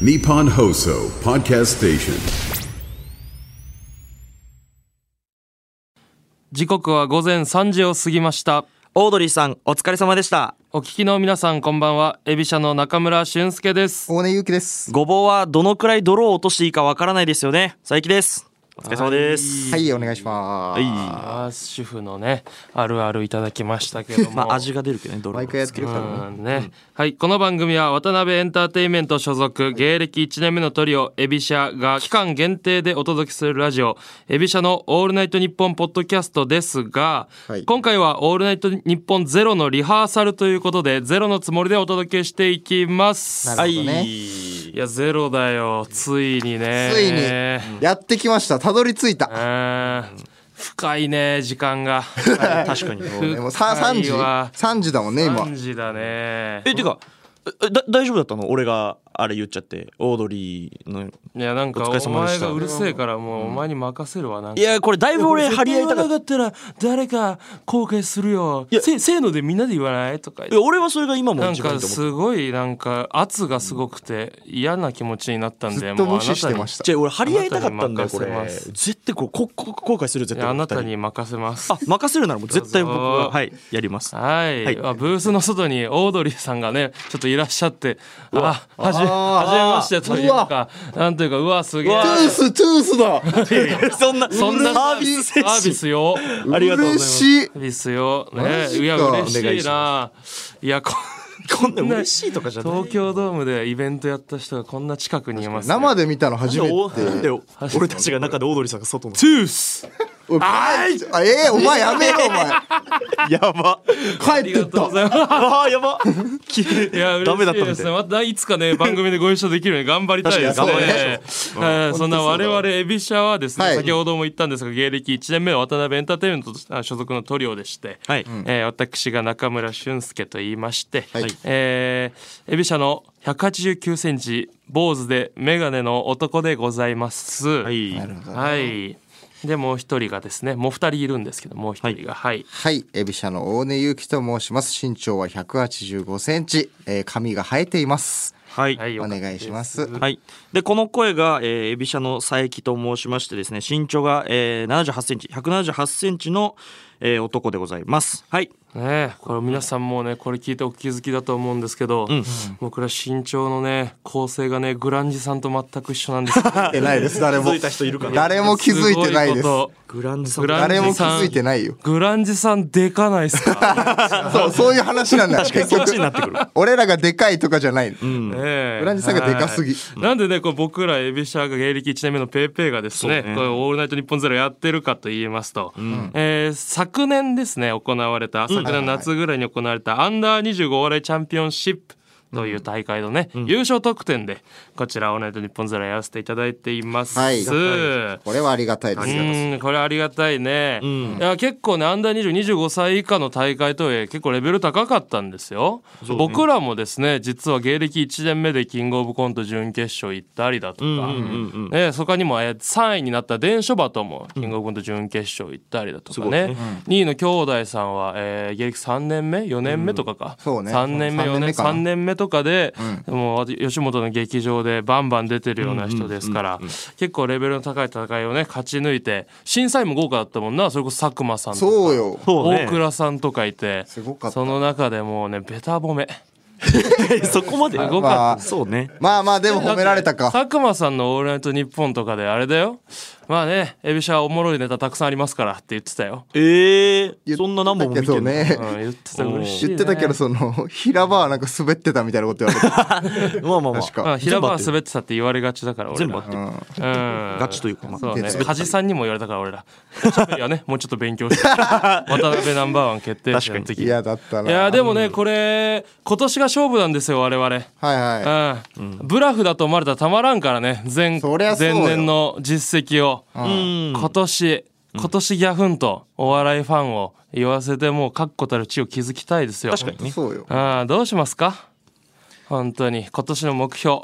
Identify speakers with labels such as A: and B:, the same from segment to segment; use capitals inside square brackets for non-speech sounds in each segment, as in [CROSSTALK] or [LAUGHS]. A: Nippon Hoso Podcast Station.
B: 時刻は午前3時を過ぎました
C: オードリーさんお疲れ様でした
B: お聞きの皆さんこんばんはエビシャの中村俊介です
D: 大根祐希です。
C: ごぼうはどのくらい泥を落としていいかわからないですよね佐伯ですお疲れ様です
D: はい、お願いします。
C: は
B: あー主婦のねあるあるいただきましたけど
C: い
B: も
C: まあ味が出るけどね泥
D: 毎回やってるからね。
B: うんね、はいこの番組は渡辺エンターテインメント所属芸歴1年目のトリオエビシャが期間限定でお届けするラジオエビシャの「オールナイトニッポン」ポッドキャストですが、
D: はい
B: 今回は「オールナイトニッポンゼロのリハーサルということでゼロのつもりでお届けしていきます。
D: なるほど
C: は
B: はい
C: い
D: ね
B: いやゼロだよついにね
D: ついに
B: え
D: やってきました。たどり着いた。
B: ー深いね時間が
C: 確かに
D: でもさ三時
B: 深いわ、
D: 三時だもんね今
B: 3。時だね
C: [LAUGHS] えてかえだ大丈夫だったの俺があれ言っちゃってオードリーの
B: いやなんか
C: お疲れ
B: お
C: 様で
B: 前
C: した
B: がうるせえからもうお前に任せるわなんか
C: いやこれだいぶ俺張り合いたか
B: な
C: っ
B: か
C: た
B: ったら誰か後悔するよ
C: いや
B: せせーのでみんなで言わないとか
C: いや俺はそれが今も
B: なん
C: 一番い
B: か
C: いと思
B: すごいなんか圧がすごくて嫌な気持ちになったんで
D: ずっと無視してま
B: し
D: した
C: う。違う俺張り合いたかったんだよこれ
B: あなたに任せます
C: 絶対これここ後悔する絶対
B: あ
C: この
B: な
C: 二人
B: たに任せます
C: あ任せるならもう絶対僕
B: どうぞ
C: がはいやります
B: はい、
C: はい
B: あブースの外にオードリーさんがねちょっといらっしゃってあはじはじめましてというかなんというかうわすげえ
D: トゥーストゥースだ。
C: そんな
B: そんな
C: サービス
B: サ
C: 精
B: ービ
C: 神
B: スよ
C: [LAUGHS] ありがとうございます
D: 嬉しい
B: サ。ービスよ、
D: マ
B: ね、
D: ジか
B: いや嬉し
C: お願い
B: い
C: し
B: ないやこ
C: こんな嬉しいとかじゃない
B: 東京ドームでイベントやった人がこんな近くにいますよ
D: 生で見たの初めて。
C: なんでおなんで俺たちが中でオードリーさんが外の
B: トゥース
D: おいあ
C: [LAUGHS]
D: えーお前やめろお前。
C: や [LAUGHS] ば
D: 帰ってった。
C: あーやば
B: いや
C: ダ
B: 嬉
C: メだ
B: し
C: っ
B: いで
C: たみ
B: す
C: た
B: ね
C: い
B: またいつかね番組でご一緒できるように頑張りたいですね
C: 確かに
B: はいそんな我々エビシャはですね、
D: はい
B: 先ほども言ったんですが芸歴1年目の渡辺エンターテインメントとあ所属のトリオでして、
C: はい
B: えー私が中村俊介と言いまして、
D: はい
B: えーエビシャの189センチ坊主で眼鏡の男でございます。
C: はい
B: はいでもう一人がですねもう二人いるんですけどもう一人がはい、
D: はい、エビシャの大根祐希と申します。身長は185センチ、えー髪が生えています。
C: はい
B: はい
D: お願いします。
C: はい、でこの声が、えー、エビシャの佐伯と申しましてですね身長が、えー、78センチ178センチの、えー、男でございますはい
B: ねえこれ皆さんもねこれ聞いてお気づきだと思うんですけど、僕ら身長のね構成がねグランジさんと全く一緒なんですよ
D: えないです誰も。
C: 人いるか
D: [LAUGHS] 誰も気づいてないです
B: ごこと
C: グランズさん
B: グランジ
D: 誰も気
B: さん
D: づいてないよ。
B: グランジさんでかないっすか
D: そうそういう話なんだ。結
C: そっちに
D: 局
C: なってくる
D: 俺らがでかいとかじゃない。
B: ねえ
D: グランジさんがでかすぎ
B: はいなんでねこう僕らエビシャーが芸歴1年目のペーペーがですね
C: そうね
B: これオールナイトニッポンゼロやってるかと言いますと、えー昨年ですね行われた昨年夏ぐらいに行われたアンダー25お笑いチャンピオンシップという大会のね、優勝特典でこちらオールナイトニッポンゼロやらせていただいています。
D: はいこれはありがたいですよ。
B: うんこれありがたいね、いや結構ねアンダー2 0 2 5歳以下の大会とはいえ結構レベル高かったんですよ、僕らもですね実は芸歴1年目でキングオブコント準決勝行ったりだとか、ね、そこにも、えー3位になった伝書バトもキングオブコント準決勝行ったりだとかね,、2位の兄弟さんは、えー芸歴3年目4年目とかか、
D: そうね
B: 3年目
D: 3
B: 4年
D: 年目かな
B: 3年目とかで、もう吉本の劇場でバンバン出てるような人ですから、結構レベルの高い戦いをね勝ち抜いて審査員も豪華だったもんなそれこそ佐久間さんとか
D: そうよ。
C: そうね
B: 大倉さんとかいて
D: すごかった
B: その中でもうねべた褒め
C: [LAUGHS] そこまです
B: ごかった
C: そうね
D: まあまあでも褒められたか。
B: 佐久間さんの「オールナイトニッポン」とかであれだよまあねエビシャはおもろいネタたくさんありますからって言ってたよ、
C: えー、
D: 言っ
C: そんな何本も見て
D: そう
C: るね
D: ね
B: う。ん、言ってた嬉しい、ね、
D: 言ってたけどその平場はなんか滑ってたみたいなこと言われた。
C: まあまあま
D: 確
C: あ
D: か
B: まあ、平場は滑ってたって言われがちだから俺
C: 全部合
B: ら
C: ってる、
B: うん
C: ガチというかまあ
B: そうね
D: 哲学
B: 梶さんにも言われたから俺らいやねもうちょっと勉強して渡辺ナンバーワン決定戦の時い
D: 嫌だったな。
B: やでもねこれ今年が勝負なんですよ我々
D: はいは
B: うん、ブラフだと思われたらたまらんからね前
D: そりゃそう
B: 前
D: よ
B: 年の実績を、今年今年ギャフンとお笑いファンを言わせてもう確固たる地を築きたいですよ
C: 確かに
D: い。
C: ね
D: そうよ。
B: うんどうしますか本当に今年の目標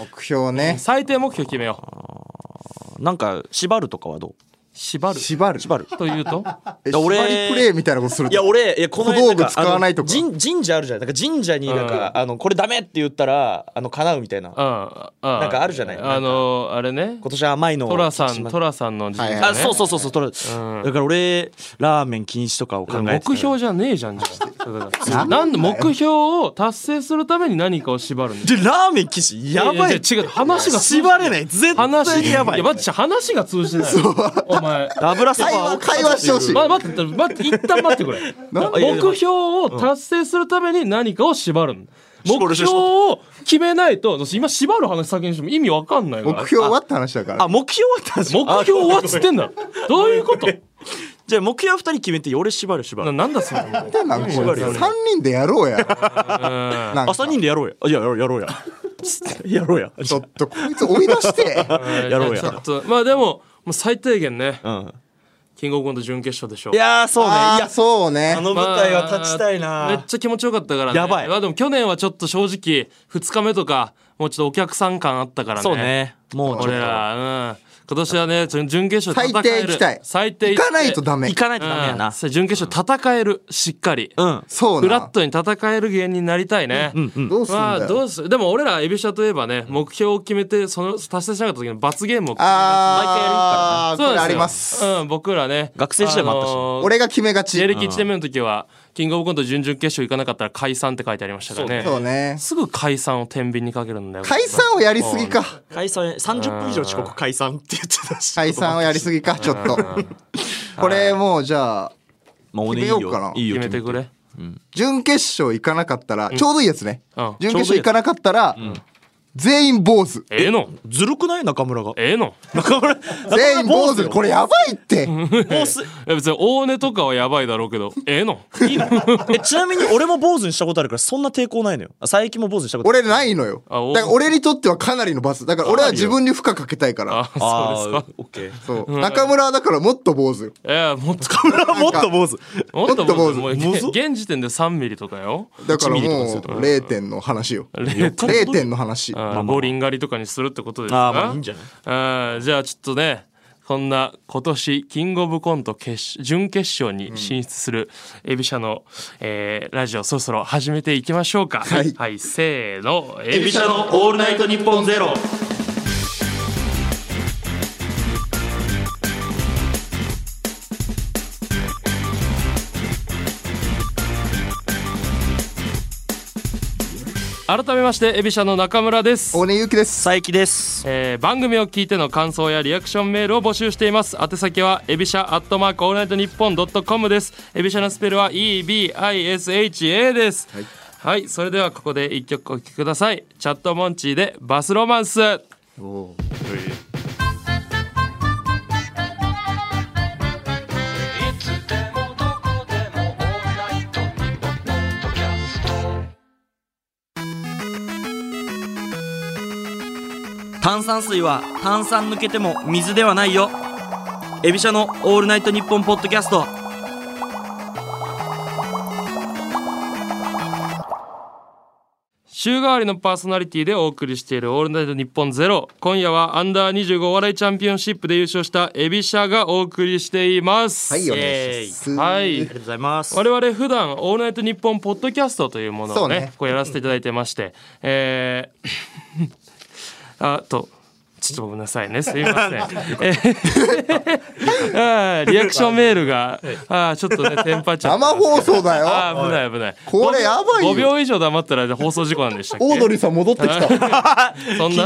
D: 目標ね。
B: 最低目標決めよう
C: なんか縛るとかはどう
B: 縛る
D: 縛る縛る
B: というと
D: え
C: だ
D: 縛
C: 俺
D: りプレイみたいなことする
C: いや俺いやこの
D: 小道具使わないとか
C: 神神社あるじゃないなんか神社になんか、あのこれダメって言ったらあの叶うみたいな、
B: うんうん
C: なんかあるじゃない
B: あのあれね
C: 今年は甘いのを
B: トラさ
C: し
B: ん
C: まっ
B: トラさんの人
D: はい
B: 生
D: は
C: あそうそうそうそうトラ、
B: ん
C: だから俺ラーメン禁止とかを考えてた
B: 目標じゃねえじゃんじ
C: [LAUGHS]
B: ゃあなんで目標を達成するために何かを縛るんです
C: でラーメン禁止やばい
B: やや違う話が通じ
C: 縛れない絶対
B: 話
C: にやばい
B: や待って話が通じないお前
C: ダブラサ
D: 会
C: バ
D: 話会話してほしい
B: ま、待って待って一旦待ってくれ
D: なん
B: 目標を達成するために何かを縛るの目
C: 絞る
B: 標を決めないと今縛る話先にしても意味わかんないから
D: 目標はって話だから
C: あ目標は確かに
B: 目標はっつってんだろどういうこと [LAUGHS]
C: じゃあ目標は二人決めて俺縛る縛
B: な
C: る
B: なんだそれ
D: なんかこ
C: 縛
D: れ
C: るよね
D: 3人でやろうやなん
C: あ
D: か
C: 三人でやろうやあいややろう
B: [LAUGHS]
C: やろうややろうや
D: ちょっとこいつ追い出
B: [LAUGHS]
D: して
C: やろうや
B: ちょっとまあでももう最低限ね
C: うん
B: キングオブコント準決勝でしょ
C: いやーそうねい
D: あー
C: や
D: そうね
C: あの舞台は立ちたい
B: まあめっ
C: な
B: ちゃ気持ちよかったからね
C: やばい
B: まあでも去年はちょっと正直2日目とかもうちょっとお客さん感あったからね
C: そうねもうちょっと
B: 俺ら、うん、今年はねちょ準決勝で
D: 最
B: 戦え
D: 低
B: る
D: 行きたい
B: 最低
D: 行かないとダメ
C: 行かないとダメや
B: うん
C: な
B: そう準決勝戦えるしっかり、
C: うん
D: そう
B: フラッ
D: な
B: トに戦える芸人になりたいね、
D: どうすん
B: まあ
D: だ
B: ど
D: よ
B: うすでも俺らエビシャといえばね目標を決めてその達成しなかった時の罰ゲームを
D: あー
B: そうで
D: これ
B: よ
D: あります
B: うん僕らね
C: 学生時代もあったしね
B: のー
D: 俺が決めがち
B: 芸歴1年目の時はキングオブコント準々決勝行かなかったら解散って書いてありましたからね
D: そうね
B: すぐ解散を天秤にかけるんだよ
D: 解散をやりすぎか
C: 解散30分以上遅刻解散って言ってたし
D: 解散をやりすぎかちょっと [LAUGHS] これもうじゃあ
C: まあ
D: 決めようかない
C: いよ
B: 決めてくれ
D: 準決勝行かなかったらちょうどいいやつね
B: うん
D: 準決勝行かなかったら全員坊主
B: ええの
C: ずるくない中村が
B: ええの
C: 中村
D: 全員坊主
C: こ
D: これやばいっ
C: れ
D: て
C: 坊主
B: え別に大根とかはやばいだろうけどええの
C: いいのえちなみに俺も坊主にしたことあるからそんな抵抗ないのよあ佐伯も坊主にしたことある
D: 俺ないのよだ
B: あお
D: から俺にとってはかなりの罰だから俺は自分に負荷かけたいから
B: あそうです
C: かオッケー
D: そう中村はだからもっと坊主よ
B: かいやもっと
C: 俺は [LAUGHS] もっと坊主
B: もっともう
D: も
B: もう
C: ともう
B: 現現時点で3ミリとかよ
D: だから
C: 1ミリとか
D: も
C: す
D: う
C: ると
D: 0点の話よ
B: 0
D: 0点の話、
B: あーボーリン狩りとかにするってことですか
C: あーまあいいんじゃない
B: あーじゃあちょっとねこんな今年キングオブコント決勝準決勝に進出するエビシャの、えーラジオそろそろ始めていきましょうかはいせーのエ
C: ビシャのオールナイトニッポンゼロ。
B: 改めましてエビシャの中村です
D: 大根ゆうきです
C: 佐伯です。
B: えー番組を聞いての感想やリアクションメールを募集しています宛先はエビシャアットマークオールナイトニッポンドットコムですエビシャのスペルは EBISHA ですはい、それではここで一曲お聴きくださいチャットモンチーでバスロマンス
C: 炭酸水は炭酸抜けても水ではないよ。エビシャのオールナイトニッポンポッドキャスト。
B: 週替わりのパーソナリティでお送りしている「オールナイトニッポンゼロ今夜はアンダー2 5お笑いチャンピオンシップで優勝したエビシャがお送りしています
D: はいお願いします
B: はい
C: とうございます
B: 我々普段オールナイトニッポン」ポッドキャストというもの
D: そ
B: を
D: う
B: ね
D: ね
B: こうやらせていただいてまして、えーあとちょっとごめんなさい
D: [LAUGHS]
B: ねすい [LAUGHS] ません、えーあーリアクションメールがあーちょっとねテンパっちゃっ
D: 生
B: た
D: 放送だよ
B: あー危ない危ない
D: これやばいよ
B: 5秒以上黙ったら放送事故なんでしたっけ
D: オードリーさん戻ってきた
B: [LAUGHS] そんな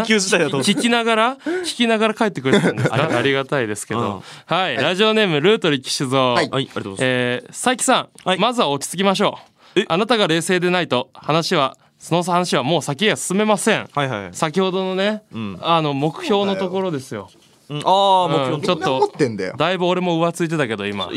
C: 緊急事態だと思って
B: 聞きながら聞きながら帰ってくれてた
D: [LAUGHS]
B: んですかありがたいですけど、はい、ラジオネームルートリキシュゾ
D: はい
C: はいありがとうござい
B: えー佐伯さん、
C: はい
B: まずは落ち着きましょうあなたが冷静でないと話はその話はもう先へは進めません、
C: ます。はいはいはい。
B: 先ほどのね、あの目標のところですよ
C: うんああ、も
B: う
C: うん
B: ちょっ
D: みんな持
B: と
D: ってんだよ
B: だいぶ俺も浮ついてたけど今、うん、
C: [LAUGHS]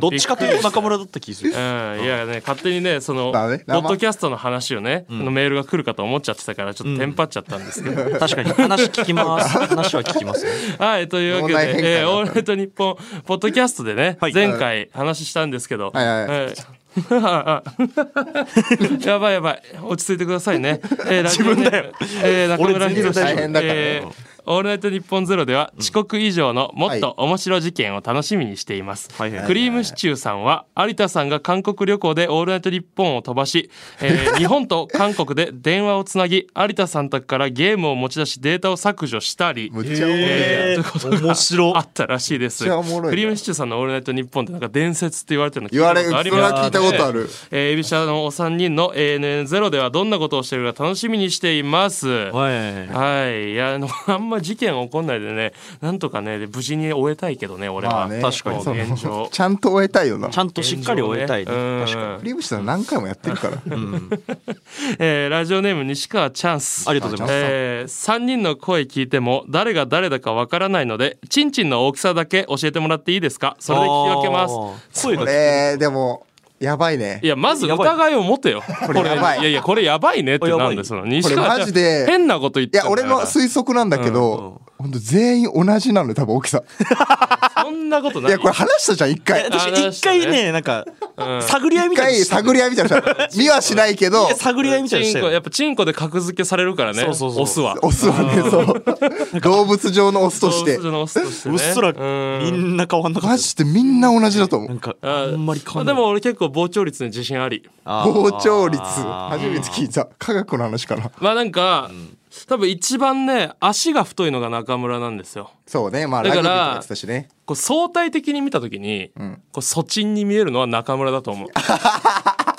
C: どっちかというと中村だった気がする。
B: うん、いやね勝手にねそのポ
D: だね生
B: ッドキャストの話をね、のメールが来るかと思っちゃってたからちょっとテンパっちゃったんですけど、
C: 確かに話聞きます。話は聞きます。
B: はい、というわけ
D: 脳内変化
B: で、えー
D: だった
B: オールナイトニッポンポッドキャストでね、
C: はい
B: 前回話したんですけど、
D: はいはいは
B: えー [LAUGHS] やばいやばい落ち着いてくださいね、えー、自分だよ、えー、中村
C: 俺
B: 博
C: 全然大
D: 丈夫大変だから
B: えーオールナイトニッポンゼロでは遅刻以上のもっと面白事件を楽しみにしています、
E: はいはいはい
B: クリームシチューさんは有田さんが韓国旅行でオールナイトニッポンを飛ばし、えー日本と韓国で電話をつなぎ有田さん宅からゲームを持ち出しデータを削除したり
D: むっちゃおもろい
B: え
E: え
B: ーとい
E: ー
B: うことが
E: 面白
B: あったらしいです
D: めっちゃおもろいな
B: クリームシチューさんの「オールナイトニッポン」ってなんか伝説って言われてるの聞い
D: 言わ
B: た
D: れ
B: こ
D: る
B: と
D: そ
B: あり
D: れ
B: ます
D: は聞いたことある
B: えー、エビシャのお三人の ANN0 ではどんなことをしているか楽しみにしています。は
E: はい
B: い、いやあのあんま事件起こんないでねなんとかね無事に終えたいけどね俺
D: ま
B: は、
D: あね
E: 確かに
B: もう現状
D: ちゃんと終えたいよな
E: ちゃんと [LAUGHS] しっかり終えたい、ね
B: うん
E: 確か
D: クリームシチューさん何回もやってるから
B: えーラジオネーム西川チャンス
E: ありがとうございます
B: え3人の声聞いても誰が誰だかわからないのでチンチンの大きさだけ教えてもらっていいですかそれで聞き分けます
E: す声
D: こ
E: が
D: れでもやばいね
B: いやまず疑いを持てよこ
D: れやばい
B: やいやこれやばいねって
E: やばい
B: なんでその西川
D: これマジで
B: ちゃん変なこと言っ
D: い
B: てん
D: や
B: だか
D: 俺
B: ら
D: の推測なんだけど、ほんと全員同じなのよ多分大きさ
B: そんなこと
D: い
B: ない
D: やこれ話したじゃん一回
B: や
E: 私一回ねなんか探り合い
D: 一
E: みたい
D: 回
E: なのした
D: 探り合いみたいなのした見はしないけど
E: いや探り合いみたいなのし
B: チ
E: た
B: ンコ
E: よ
B: やっぱチンコで格付けされるからね
E: そうそうそう
B: オスは
D: オスはねそう動物上のオスとして
B: オスのオスとしてね
E: うっすら
B: うん
E: みんな変わんなか
D: マ
E: った
D: ジでみんな同じだと思
E: な
D: うん
E: か
B: あ
E: あんまり変わん
B: で
E: ない
B: も俺結構膨張率に自信あり
D: 膨張率初めて聞いた科学の話かな
B: まあなんか、多分一番ね足が太いのが中村なんですよ
D: そうねまあラ
B: だ
D: グ
B: か
D: ビー
B: ら
D: とかやってたしね
B: こう相対的に見た時に、こう粗チンに見えるのは中村だと思う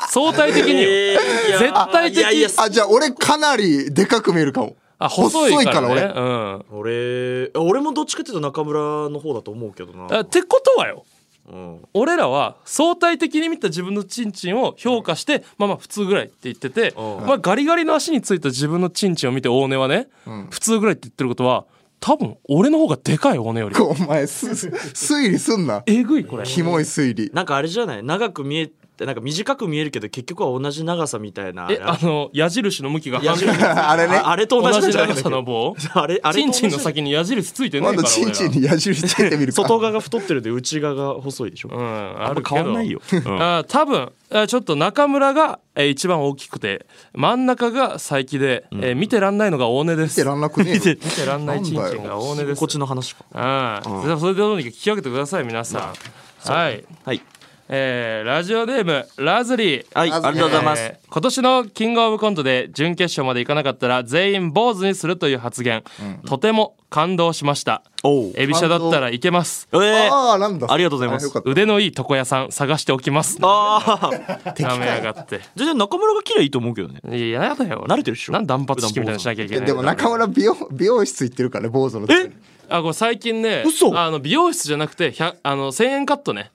B: 相対的によ、
E: いや
B: 絶対的
E: いやいや
D: あじゃあ俺かなりでかく見えるかも
B: あ細いから,、ね、
D: 細いから
B: うん
E: 俺俺もどっちかっていうと中村の方だと思うけどな
B: あってことはよ
E: うん
B: 俺らは相対的に見た自分のチンチンを評価して、まあまあ普通ぐらいって言ってて、
E: うん
B: まあガリガリの足についた自分のチンチンを見て大根はね、普通ぐらいって言ってることは多分俺の方がでかい大根より
D: お前す推理すんな
B: えぐいこれ
D: キモい推理 [LAUGHS]
E: なんかあれじゃない長く見えてなんか短く見えるけど結局は同じ長さみたいな
B: えあの矢印の向きが反対
D: あれね
E: ああれと
B: 同
E: 同じなん
B: じ
E: じゃ
B: 長
E: ないんだ
B: さ
E: けど
B: の棒
E: あれあれ
B: チ
E: と
B: ン
E: 同じ
B: チンの先に矢印ついてねえ
D: 今
B: から
D: 度チンチン
B: 俺ら
D: に矢印ついてみるか
E: 外側が太ってるで内側が細いでしょ
B: うんあ
E: あん
B: るけ
E: ま
B: ど
E: 変わんないよ、
B: あ多分あちょっと中村がえー一番大きくて真ん中が佐伯で、えー見てらんないのが大根で
D: 見
B: す
D: てらんなくねえよ
B: 見てらんないチンチンが大根です
E: こっちの話か
B: ああ、じゃあそれでどうにか聞き分けてください皆さん、はい、
E: はい
B: えーラジオネームラズリー
E: はいありがとうございます、
B: えー今年のキングオブコントで準決勝まで行かなかったら全員坊主にするという発言、とても感動しました
E: おうえ
B: エビシャだったらいけます
E: ー
D: ああなんだ
E: ありがとうございます
D: あよかった
B: 腕のいい床屋さん探しておきますな
E: ああ
B: めやがって
E: 全然中村が嫌いいと思うけどね
B: いややだよ
E: 慣れてるでしょ
B: なん断髪式みたいにしなきゃいけ
D: え
B: ない
D: でも中村美容美容室行ってるからね坊主の時
E: え
B: あこれ最近ね
E: 嘘
B: あの美容室じゃなくてひゃあの1000円カットね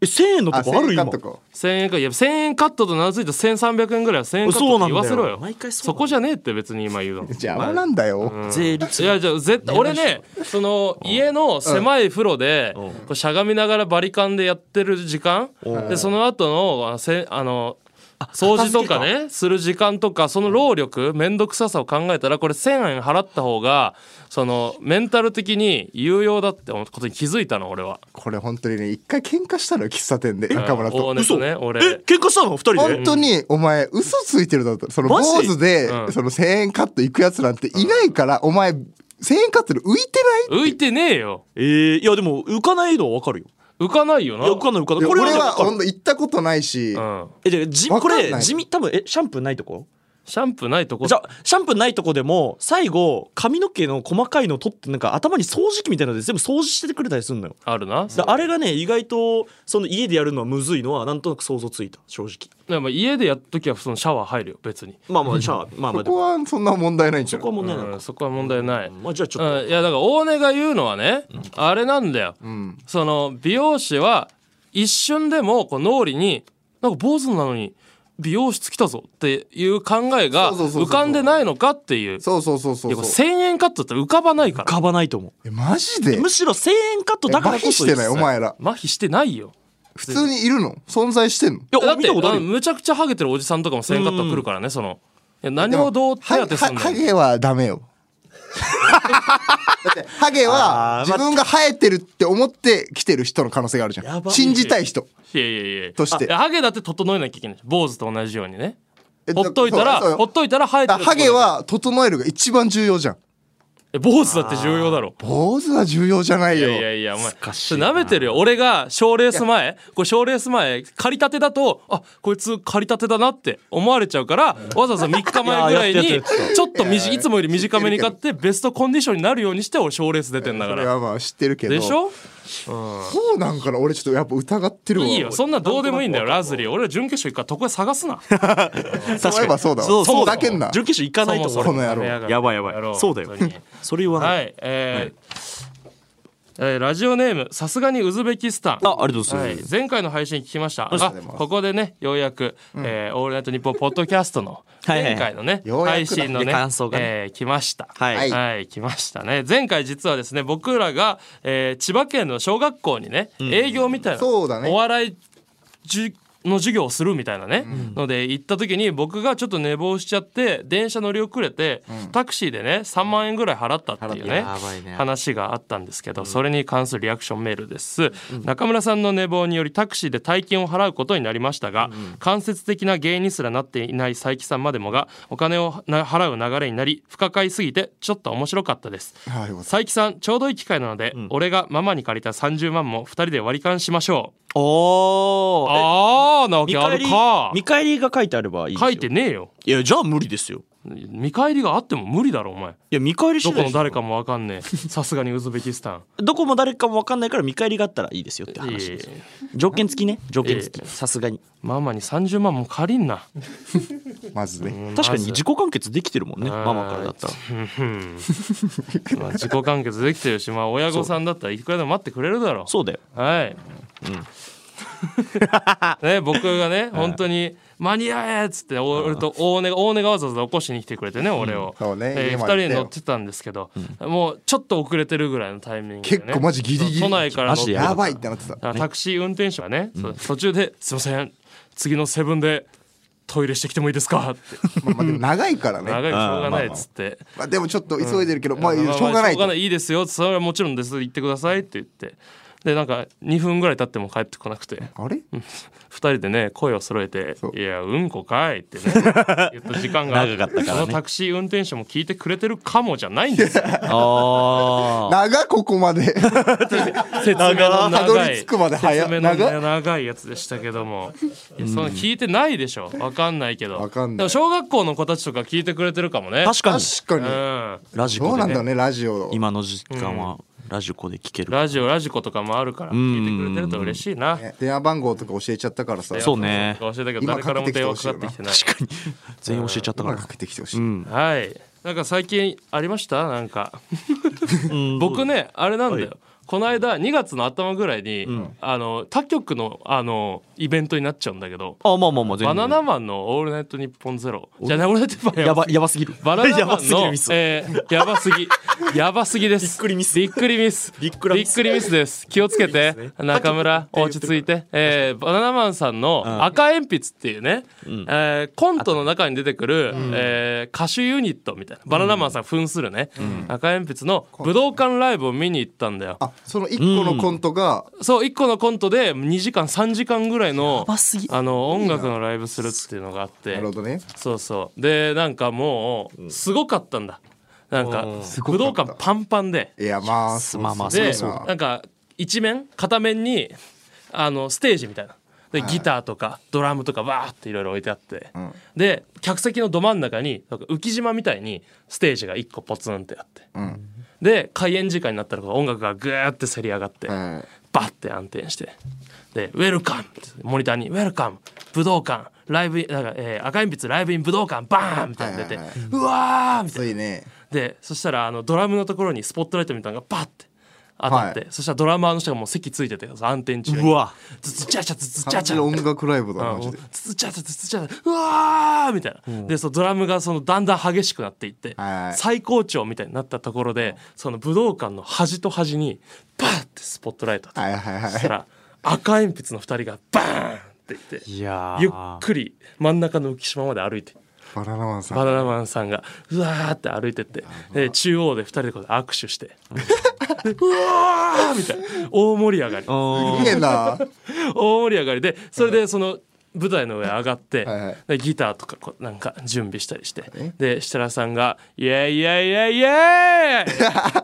E: え1000円の
C: [LAUGHS]
D: あ
E: とこある
D: 正
E: 今
D: 解とか
B: 1000円かいや1000円カットと名付いた1300円ぐらいは1000円カットって言わせろ
E: そうなん
B: よ
E: だよ毎回そうなの
B: そこじゃねえって別に今言うの
D: じゃあなんだよ
E: 税率
B: いやじゃあ絶対俺ねその家の狭い風呂で
E: うん
B: こうしゃがみながらバリカンでやってる時間でその後のあのせあの掃除とかねする時間とかその労力面倒くささを考えたらこれ1,000円払った方がそのメンタル的に有用だってことに気づいたの俺は。
D: これ本当にね一回喧嘩したのよ喫茶店で中村
B: 大
D: と
B: 根とね俺
E: え喧嘩したの二人
D: 本
E: で
D: 当にお前嘘ついてるだろその
E: マジ
D: 坊主で
B: うん
D: その1000円カット行くやつなんていないからお前1000円カットで浮いてない
B: 浮いてねえよ
E: えー、いやでも浮かないのは分かるよ
B: 浮かないよ
E: い
B: な。
E: や浮かない浮かな
D: い
E: い
D: や
E: これは
D: 俺
E: ね
D: は
E: 分かる
D: 本当行ったことないし
B: うん
E: えじゃあじ
D: わか
E: こ
D: んない
E: れ地味多分えシャンプーないとこ
B: シャンプーないとこ
E: じゃあシャンプーないとこでも最後髪の毛の細かいの取ってなんか頭に掃除機みたいなので全部掃除してくれたりするのよ
B: あるな。
E: だあれがね意外とその家でやるのはむずいのはなんとなく想像ついた正直
B: でも家でやっときはそのシャワー入るよ別に。
E: ま
D: [LAUGHS]
E: あまあシャワーまあま
D: そ
E: あでも
D: こはそんな問題ないんじゃ
E: そ
D: な
E: こはい問題ない
B: うん
E: のか、
B: そこは問題ない。
E: まあじゃあちょっと、
B: うん、いやだから大根が言うのはね、あれなんだよ、その美容師は一瞬でもこう脳裏になんか坊主なのに美容室来たぞっていう考えが
D: そうそうそうそ
B: 浮
D: う
B: かんでないのかっていう
D: そうそうそうそう
B: いや
D: そ
B: こ
D: う
B: れ1000円カットって浮かばないから
E: 浮かばないと思
D: えマジで
E: うむしろ1000円カット
D: え
E: だから
D: 麻
E: こそ
D: 痺してないお前ら
B: 麻痺してないよ
D: 普通にいるの存在してんの
E: い
B: だ
E: や俺
B: っ
E: 見
B: て
E: たことあ
B: あの
E: るよ
B: むちゃくちゃハゲてるおじさんとかも1000円カット来るからねそのいや何
D: でも
B: をどう手当てすん
D: は
B: の
D: はハゲはダメよ
B: [LAUGHS]
D: だってハゲは
E: あー
D: 自分が生えてるって思って来てる人の可能性があるじゃ
E: や
D: ん
E: ばい
D: 信じたい人
B: いやいやいや
D: として
B: あいやハゲだって整えなきゃいけない坊主と同じようにね
D: え
B: ほっといたら
D: そうそう
B: ほっといたら生えて
D: だ
B: る
D: からハゲは整えるが一番重要じゃん
B: え坊主だって重要だろ
D: 坊主は重要じゃない
B: い
D: よ
B: やいやいやお前
E: 難しい
B: それ
E: な
B: 舐めてるよ俺が賞レース前これ賞レース前借りたてだとあこいつ借りたてだなって思われちゃうからわざわざ3日前ぐらい
E: いやや
B: に
E: ってたやってた
B: ちょっとみじ
D: いや
B: いつもより短めに買ってベストコンディションになるようにして俺賞レース出てんだ
D: そ
B: か
D: れ
B: ら
D: はまあ知ってるけど
B: でしょ
D: そうなんかな俺ちょっとやっぱ疑ってるわ
B: いいよそんなどうでもいいんだよラズリー俺は準決勝行くから床屋探すな
D: そういえばそうだわ
E: そう
D: そ
E: そう
D: うだけんな
E: 準決勝行かないと
B: そも
E: 思
B: そ
D: こ
B: も
D: の野郎
B: やが
E: やばい
B: や
E: やば
B: ろ
E: いそうだよ
B: 本当に
E: それ言わない、
B: はい、えーえーラジオネームさすがにウズベキスタン
E: あありがとうござ
B: はいい
E: ます、、
B: 前回の配信聞きました。
D: した
B: あ、ここでね、ようやく、えーオールナイトニッポンポッドキャストの
E: はいはいはい
B: 前回のね、
D: ようやくだ
B: 配信のね、
E: で感想がね
B: えー来ました。
E: はい
D: はい
B: 来ましたね。前回実はですね、僕らが、えー千葉県の小学校にね、営業みたいな、
D: そうだね
B: お笑いじゅの授業をするみたいなね、ので行った時に僕がちょっと寝坊しちゃって電車乗り遅れて、タクシーでね3万円ぐらい払ったっていうね
E: やばいね
B: 話があったんですけど、それに関するリアクションメールです、中村さんの寝坊によりタクシーで大金を払うことになりましたが、間接的な原因にすらなっていない佐伯さんまでもがお金をな払う流れになり不可解すぎてちょっと面白かったです
D: あよかった
B: 佐伯さんちょうどいい機会なので、俺がママに借りた30万も2人で割り勘しましょう
E: おー
B: ああなわ
E: 見
B: けあ
E: 返
B: る
E: り
B: か
E: 見返りが書いてあればいいですよ
B: 書いてねえよ
E: いやじゃあ無理ですよ
B: 見返りがあっても無理だろお前
E: いや見返りし
B: ど
E: ない
B: この誰かもわかんねえさすがにウズベキスタン
E: どこも誰かも分かんないから見返りがあったらいいですよって話ですよ
B: いえい
E: 条件付きね条件付
B: え
E: きさすがに
B: ママに30万も借りんな
D: まずね
E: 確かに自己完結できてるもんね
B: まず
E: ママからだったら
B: まあ自己完結できてるし、まあ、親御さんだったらいくらでも待ってくれるだろ
E: そうだよ
B: う。はい。 [LAUGHS] ね、僕がね、本当に間に合えっつって、お俺と大根が、大根がわざわざ起こしに来てくれてね、俺を。
D: そうね
B: えー
D: 家
B: 二
D: ま
B: 人
D: で行ったよ
B: で乗ってたんですけど、もうちょっと遅れてるぐらいのタイミングで、ね。
D: 結構マジギリギリ
B: 都内から乗って
E: マジで
D: やばいってなってた
B: だからタクシー運転手はね、そう途中で「すいません次のセブンでトイレしてきてもいいですか?」って
D: まあまあでも長いから
B: 「長い
D: ね
B: しょうがない」っつって
D: まあでもちょっと急いでるけどまあし
B: まあまあ
D: ょうがない
B: しょうがな
D: と
B: いいいですよそれはもちろんです行ってくださいって言ってでなんか2分ぐらい経っても帰ってこなくて
D: あれ
B: 2人でね声を揃えて
D: そ
B: 「
D: う
B: いやうんこかい」ってね言った時間が
E: 長かったからね
B: そのタクシー運転手も聞いてくれてるかもじゃないんですよ
E: ああ
D: 長ここまで
B: 説明の
D: たど
B: 長い
D: り着くまで早
B: 説明
D: っ
B: の
D: 長っ
B: 長いやつでしたけどもいやその聞いてないでしょわかんないけど
D: わかんない
B: でも小学校の子たちとか聞いてくれてるかもね
E: 確かに
D: 確
B: う
D: かに
B: ん
E: ラジ
D: そう
E: コ
D: な
E: で
D: んだ
E: ね
D: よねラジオ
E: 今の時間はラジコで聞ける
B: ラジオラジコとかもあるから聞いてくれてると嬉しいな
D: ね電話番号とか教えちゃったからさ
E: そうね
B: 教えたけど
D: 今
B: 誰からも電話かかってきてない
E: 確かに全員教えちゃったか
D: 今
E: ら
D: かけてきてほしい、
B: はいなんか最近ありましたなん
D: [LAUGHS]
B: か僕ねあれなんだよ、この間2月の頭ぐらいに、あの他局のあのイベントになっちゃうんだけど
E: あまあまあま
B: 「バ
E: あ全
B: ナ
E: 然
B: ナマンのオールナイトニッポンゼロじゃあねオールナイトニッポン
E: やばやばすぎる
B: バナナ
E: [LAUGHS] や
B: マ
E: ば
B: ン
E: すぎ
B: の
E: るミス、
B: えーやばすぎ、やばすぎです。
E: びっくりミス
B: びっくりミス。
E: びっくらミス
B: びっくりミスです。気をつけて、中村、落ち着いて。えーバナナマンさんの赤鉛筆っていうね、えーコントの中に出てくる、えー歌手ユニットみたいな、バナナマンさん扮するね、赤鉛筆の武道館ライブを見に行ったんだよ。
D: あその一個のコントが、
B: そう1個のコントで2時間3時間ぐらいの
E: ばすぎ
B: あの音楽のライブするっていうのがあって
D: なるほどね
B: そうそうでなんかもうすごかったんだなんか武道館パンパンで
D: いやまあ
E: まあまあ
D: そう
B: で
D: そうだ
B: なんか一面片面にあのステージみたいなでギターとかドラムとかバーっていろいろ置いてあって、で客席のど真ん中になんか浮島みたいにステージが一個ポツンってあって、で開演時間になったらこう音楽がグーってせり上がって、
D: はい
B: バッて暗転してで「ウェルカム」ってモニターに「ウェルカム武道館ライブインなんか、えー赤鉛筆ライブイン武道館バーン!」みたいなの出て「
D: はいは
B: うわー!」みたいな
D: ついね
B: でそしたらあのドラムのところにスポットライトみたいなのがバッて当たって、
D: はい
B: そしたらドラマーの人がもう席ついてて暗転中に
E: うわ
B: ずつちゃちゃずつちゃ
D: 完
B: ちゃ
D: 全に音楽ライブだなマ
B: う
D: ジ
B: ん
D: で
B: つつちゃつつちゃうわーみたいな、でそのドラムがそのだんだん激しくなっていって、
D: はい
B: 最高潮みたいになったところでその武道館の端と端にバーってスポットライト当たっ
D: はいはい
B: てそ
D: は
B: した
D: い
B: ら赤鉛筆の2人がバーンっていって
E: いやー
B: ゆっくり真ん中の浮島まで歩いて
D: バナナマンさ
B: バ
D: ん
B: ナナマンさんがうわーって歩いてってで中央で2人でこう握手してでうわーみたいな大盛り上がり
E: うん
D: すげえな
B: 大盛り上がりでそれでその舞台の上上がって
D: はいはい
B: でギターとかこうなんか準備したりして
D: え
B: で設楽さんが「イエイイエイイエイイエイ! 」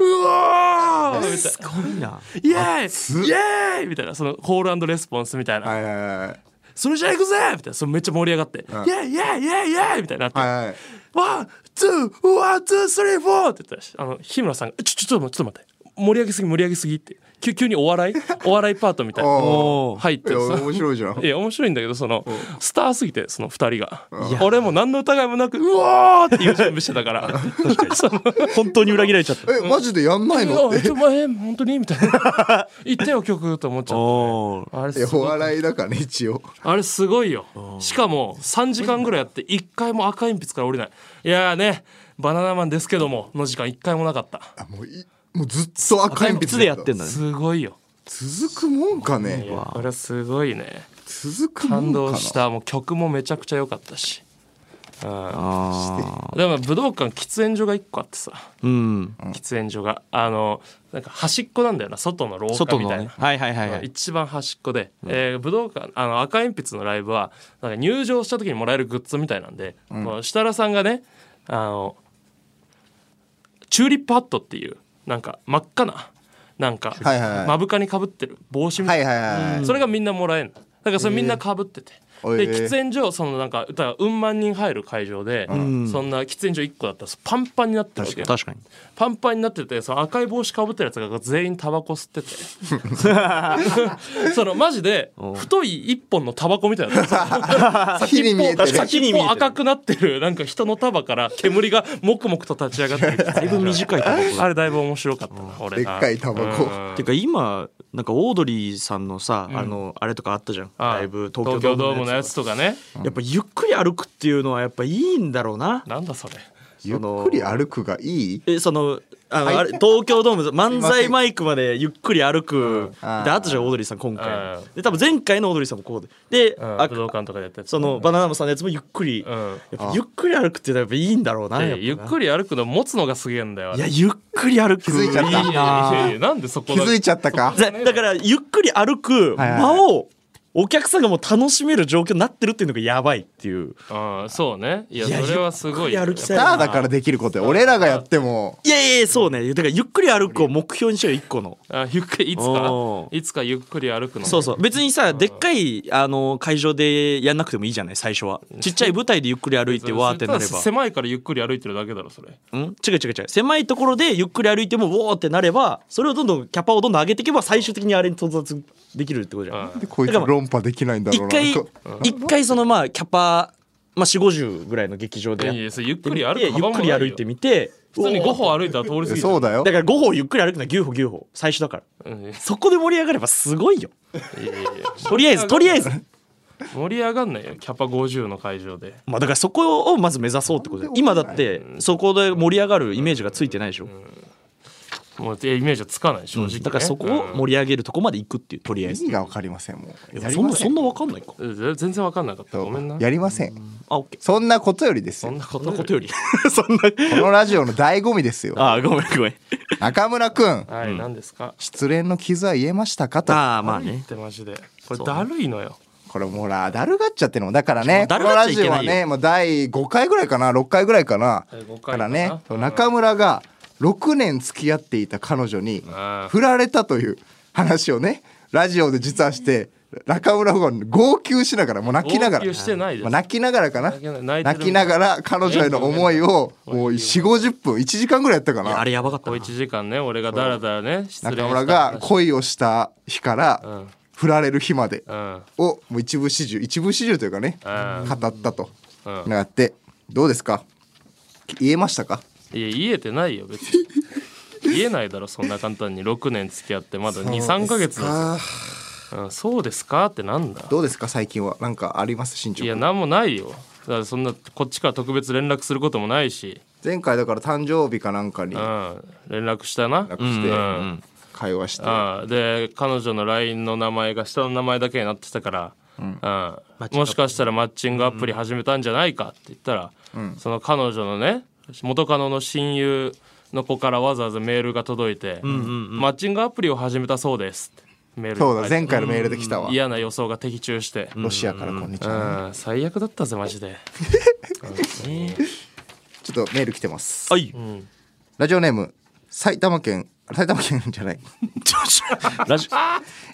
B: うわーみたいな
E: すごいな。
B: イエイイエイみたいなそのコールレスポンスみたいな、
D: はいはいはい
B: それじゃあ行くぜみたいなそれめっちゃ盛り上がって、イエイイエイイエイイエイみたいになって、
D: はいはい
B: ワンツーワンツースリーフォーって言ったらしあの日村さんが「ちょちょちょっと待ってちょっと待って盛り上げすぎ盛り上げすぎ」って急急にお
D: [LAUGHS]
B: 笑いお笑いパートみたいな
E: おー
B: 入って
D: いや
B: その
D: 面白いじゃん
B: いや面白いんだけどそのスターすぎてその2人が
E: や
B: 俺も何の疑いもなく「うわ!」っていう準備してたから
D: [LAUGHS]
B: その
E: 本当に裏切られちゃった。
D: えマジでやんないのっ
B: うわ
D: て
B: ちょ前本当にみたいな
D: [LAUGHS]
B: 言ってよ曲と思っちゃっ
E: おー
B: たあれ
D: いや
B: す
D: お
B: ごい
D: 笑いだからね一応
B: あれすごいよしかも3時間ぐらいやって1回も赤鉛筆から降りないいやーねバナナマンですけどもの時間1回もなかった
D: あもういもうずっと赤鉛
E: つ
D: 筆
E: でやってん
D: だ
E: だね。
B: すごいよ
D: 続くもんかね
B: これすごいね
D: 続くもん
B: 感
D: か
B: 動
D: な
B: したもう曲もめちゃくちゃ良かったし
E: あ
B: でも武道館喫煙所が1個あってさ
E: ーうん。
B: 喫煙所があのなんか端っこなんだよな外の廊下
E: 外
B: み
E: の
B: たい
E: ね。
B: な
E: はいはいはいはい。
B: 一番端っこで、えー武道館あの赤鉛筆のライブはなんか入場した時にもらえるグッズみたいなんで、この設楽さんがねあのチューリップハットっていうなんか真っ赤ななんか、
D: はいはいはい
B: 目深にかぶってる帽子みたいな、
D: はいはいはいはい
B: うんそれがみんなもらえるだからそれみんなかぶってて。
D: へー
B: で
D: へー
B: 喫煙所そのなんか歌うん万人入る会場で、そんな喫煙所1個だったらパンパンになってるわけよ
E: 確かに。
B: パンパンになっててその赤い帽子かぶってるやつが全員タバコ吸っ
D: [LAUGHS]
B: ててそのマジで太い一本のタバコみたいな
D: [LAUGHS] 火に見えてる
B: 先っ
E: に見え
B: ぽ
E: てる
B: 赤くなってるなんか人の束から煙がもくもくと立ち上がっ
E: [LAUGHS]
B: てるだいぶ
E: 短いタバコだ
B: あれだいぶ面白かったな俺
D: でっ
B: な
D: かいタバコ
B: うん
E: てか今なんかオードリーさんのさ、あのあれとかあったじゃん。
B: あ
E: ライブ
B: 東
E: 東
B: 京
E: 京
B: ドー
E: ドー
B: ム
E: ム
B: の
E: の
B: や
E: や
B: つ
E: つ。
B: とかね
E: やっぱゆっくり歩くっていうのはやっぱいいんだろうな。
B: なんだそれ
D: ゆ
E: その
D: っくり歩くがいい
E: えそのあのあれ東京ドーム漫才マイクまでゆっくり歩くで
D: あー
E: あったじゃんオードリーさん今
B: う
E: 回
B: ん
E: で多分前回のオードリーさんもこうでで、
B: うん
E: あ
B: 武道館とかでやったやつ
E: そのバナナマンさんのやつもゆっくり、
B: うん
E: やっぱゆっくり歩くってやっぱいいんだろうなやっぱ
B: で
E: な
B: ゆっくり歩くの持つのがすげえんだよあ
E: い
B: れ
E: やゆっくり歩く気
D: づいちゃった
B: や
E: いいない
B: いやいやなんでそこ
D: 気
B: だけ
D: づいちゃったか
E: だだからゆっくり歩く
D: はいはい
E: 間をお客さんがもう楽しめる状況になってるっていうのがやばいっていう
B: うんそうねいや
E: いや
B: それはすごい
E: ゆっ
B: よ
E: くり歩き
D: ス
E: たい
D: ターだからできることよ俺らがやっても
E: いやいやいやそうねだからゆっくり歩くを目標にしようよ一個の
B: あゆっくりいつか
E: お
B: いつかゆっくり歩くの
E: そうそう別にさでっかいあの会場でやんなくてもいいじゃない最初はちっちゃい舞台でゆっくり歩いてわーってなれ
B: そ
E: ば
B: れ狭いからゆっくり歩いてるだけだろそれ
E: うん違う違う違う狭いところでゆっくり歩いてもうおーってなればそれをどんどんキャパをどんどん上げていけば最終的にあれに到達できるってことじゃん
D: でこいつ論破できないんだろうな
E: 一回
D: と
E: 一回そのまあキャパまあ4 5 0ぐらいの劇場でやっ
B: いやいやそれゆっく
E: てみ
B: り
E: て
B: 歩く
E: ゆっくり歩いてみて
B: 普通に
E: うお
B: 5
E: ー
B: 歩歩いたら通り過ぎ
D: そう
B: だ、
D: だよ
E: だから5歩ゆっくり歩くのは9歩9歩最初だから
B: うんいやい
E: そこで盛り上がればすごいよ
B: やいや
E: とりあえずとりあえず
B: 盛り上がんないよキャパ50の会場で
E: まあだからそこをまず目指そうってことだよ今だってそこで盛り上がるイメージがついてないでしょ、
B: もういやイメージはつかない正直、ね
E: だからそこを盛り上げるとこまで行くっていうとりあえ
D: 意
E: ず
D: 味が分かりませんもうやり
E: そん
D: ま
E: な
D: せ
E: そ
D: ん
E: んなわかんないか
B: うんぜ全然わかんなかったごめんな
D: やりません
E: あオッケー
D: そんなことよりです
B: そん
D: よ
B: なこ
E: そんな
B: と
E: ことよりそんな
D: このラジオの醍醐味ですよ
E: あごめんごめん
D: 中村くん
B: はい、何ですか
D: 失恋の傷は言えましたかと
E: [LAUGHS] ああまあ
B: 言っ
E: ね
B: てマジでこれだるいのよ
D: これもうラだるがっちゃってるもんだからねこ
E: だる
D: の
E: が
D: ラ
E: っちゃい
D: ジ
E: け
D: オ
E: な
D: はい
E: よ
D: ねもう第5回ぐらいかな6回ぐらいかな
B: 第五
D: か
B: 回からな
D: ね
B: うん
D: 中村が6年付き合っていた彼女に
B: ん
D: 振られたという話をねラジオで実はして中村が号泣しながらもう泣きながら
B: 号泣してないです
D: まあ泣きながらかな
B: 泣きな泣いてる
D: 泣きながら彼女への思いをもう4 5 0分1時間ぐらいやったかな
E: あれやばかった
B: 小
E: な
B: 1時間ね俺がだらだらね失礼
D: 中村が恋をした日から
B: ん
D: 振られる日まで
B: うん
D: をもう一部始終一部始終というかね
B: う
D: 語ったと
B: うん
D: なってどうですか言えましたか
B: いや言えてないよ別に言えないだろそんな簡単に6年付き合ってまだ23か月です
D: あ
B: ようんそうですかってなんだ
D: ーどうですか最近はなんかあります新
B: いや
D: 庄
B: 何もないよだからそんなこっちから特別連絡することもないし、
D: 前回だから誕生日かなんかに
B: う
D: 連
B: ん、連絡したな
D: 絡し
B: う
D: て
B: ん
D: 会話して
B: ああで彼女の LINE の名前が下の名前だけになってたから、ああもしかしたらマッチングアプリ始めたんじゃないかって言ったら、その彼女のね元カノの親友の子からわざわざメールが届いて「マッチングアプリを始めたそうです」ってメール
D: そう
B: は
D: だ
B: い
D: 前回のメールで来たわ
B: 嫌な予想が的中して、
D: ロシアからこんにちは
B: うん最悪だったぜマジで
D: ちょっとメール来てます
E: はい、
D: ラジオネーム埼玉県埼玉県じゃない
E: [LAUGHS] ラジ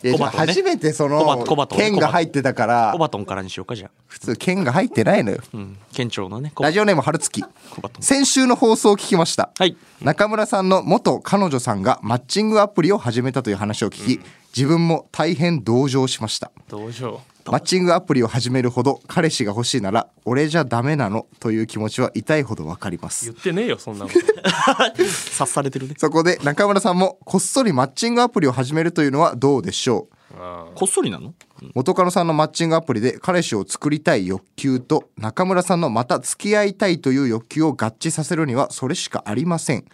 D: いや
E: コバトンね
D: 初めてそ
E: コバトンコバ
D: の
E: トン
D: 県が入ってたから
E: コバトンからにしようかじゃあ、
D: 普通県が入ってないのよ
E: うん、県庁のねコバ
D: ラジオネーム春月
E: コバトン
D: 先週の放送を聞きました、
E: はい
D: 中村さんの元彼女さんがマッチングアプリを始めたという話を聞き、自分も大変同情しました
B: どうしよ
D: マッチングアプリを始めるほど彼氏が欲しいなら俺じゃダメなのという気持ちは痛いほどわかりま
B: う言
D: す
B: ってねえよそんなこと
E: 察されてるね
D: そこで中村さんもこっそりマッチングアプリを始めるというのはどうでしょう
E: こっそりなの
D: 元カノさんのマッチングアプリで彼氏を作りたい欲求と中村さんのまた付き合いたいという欲求を合致させるにはそれしかありません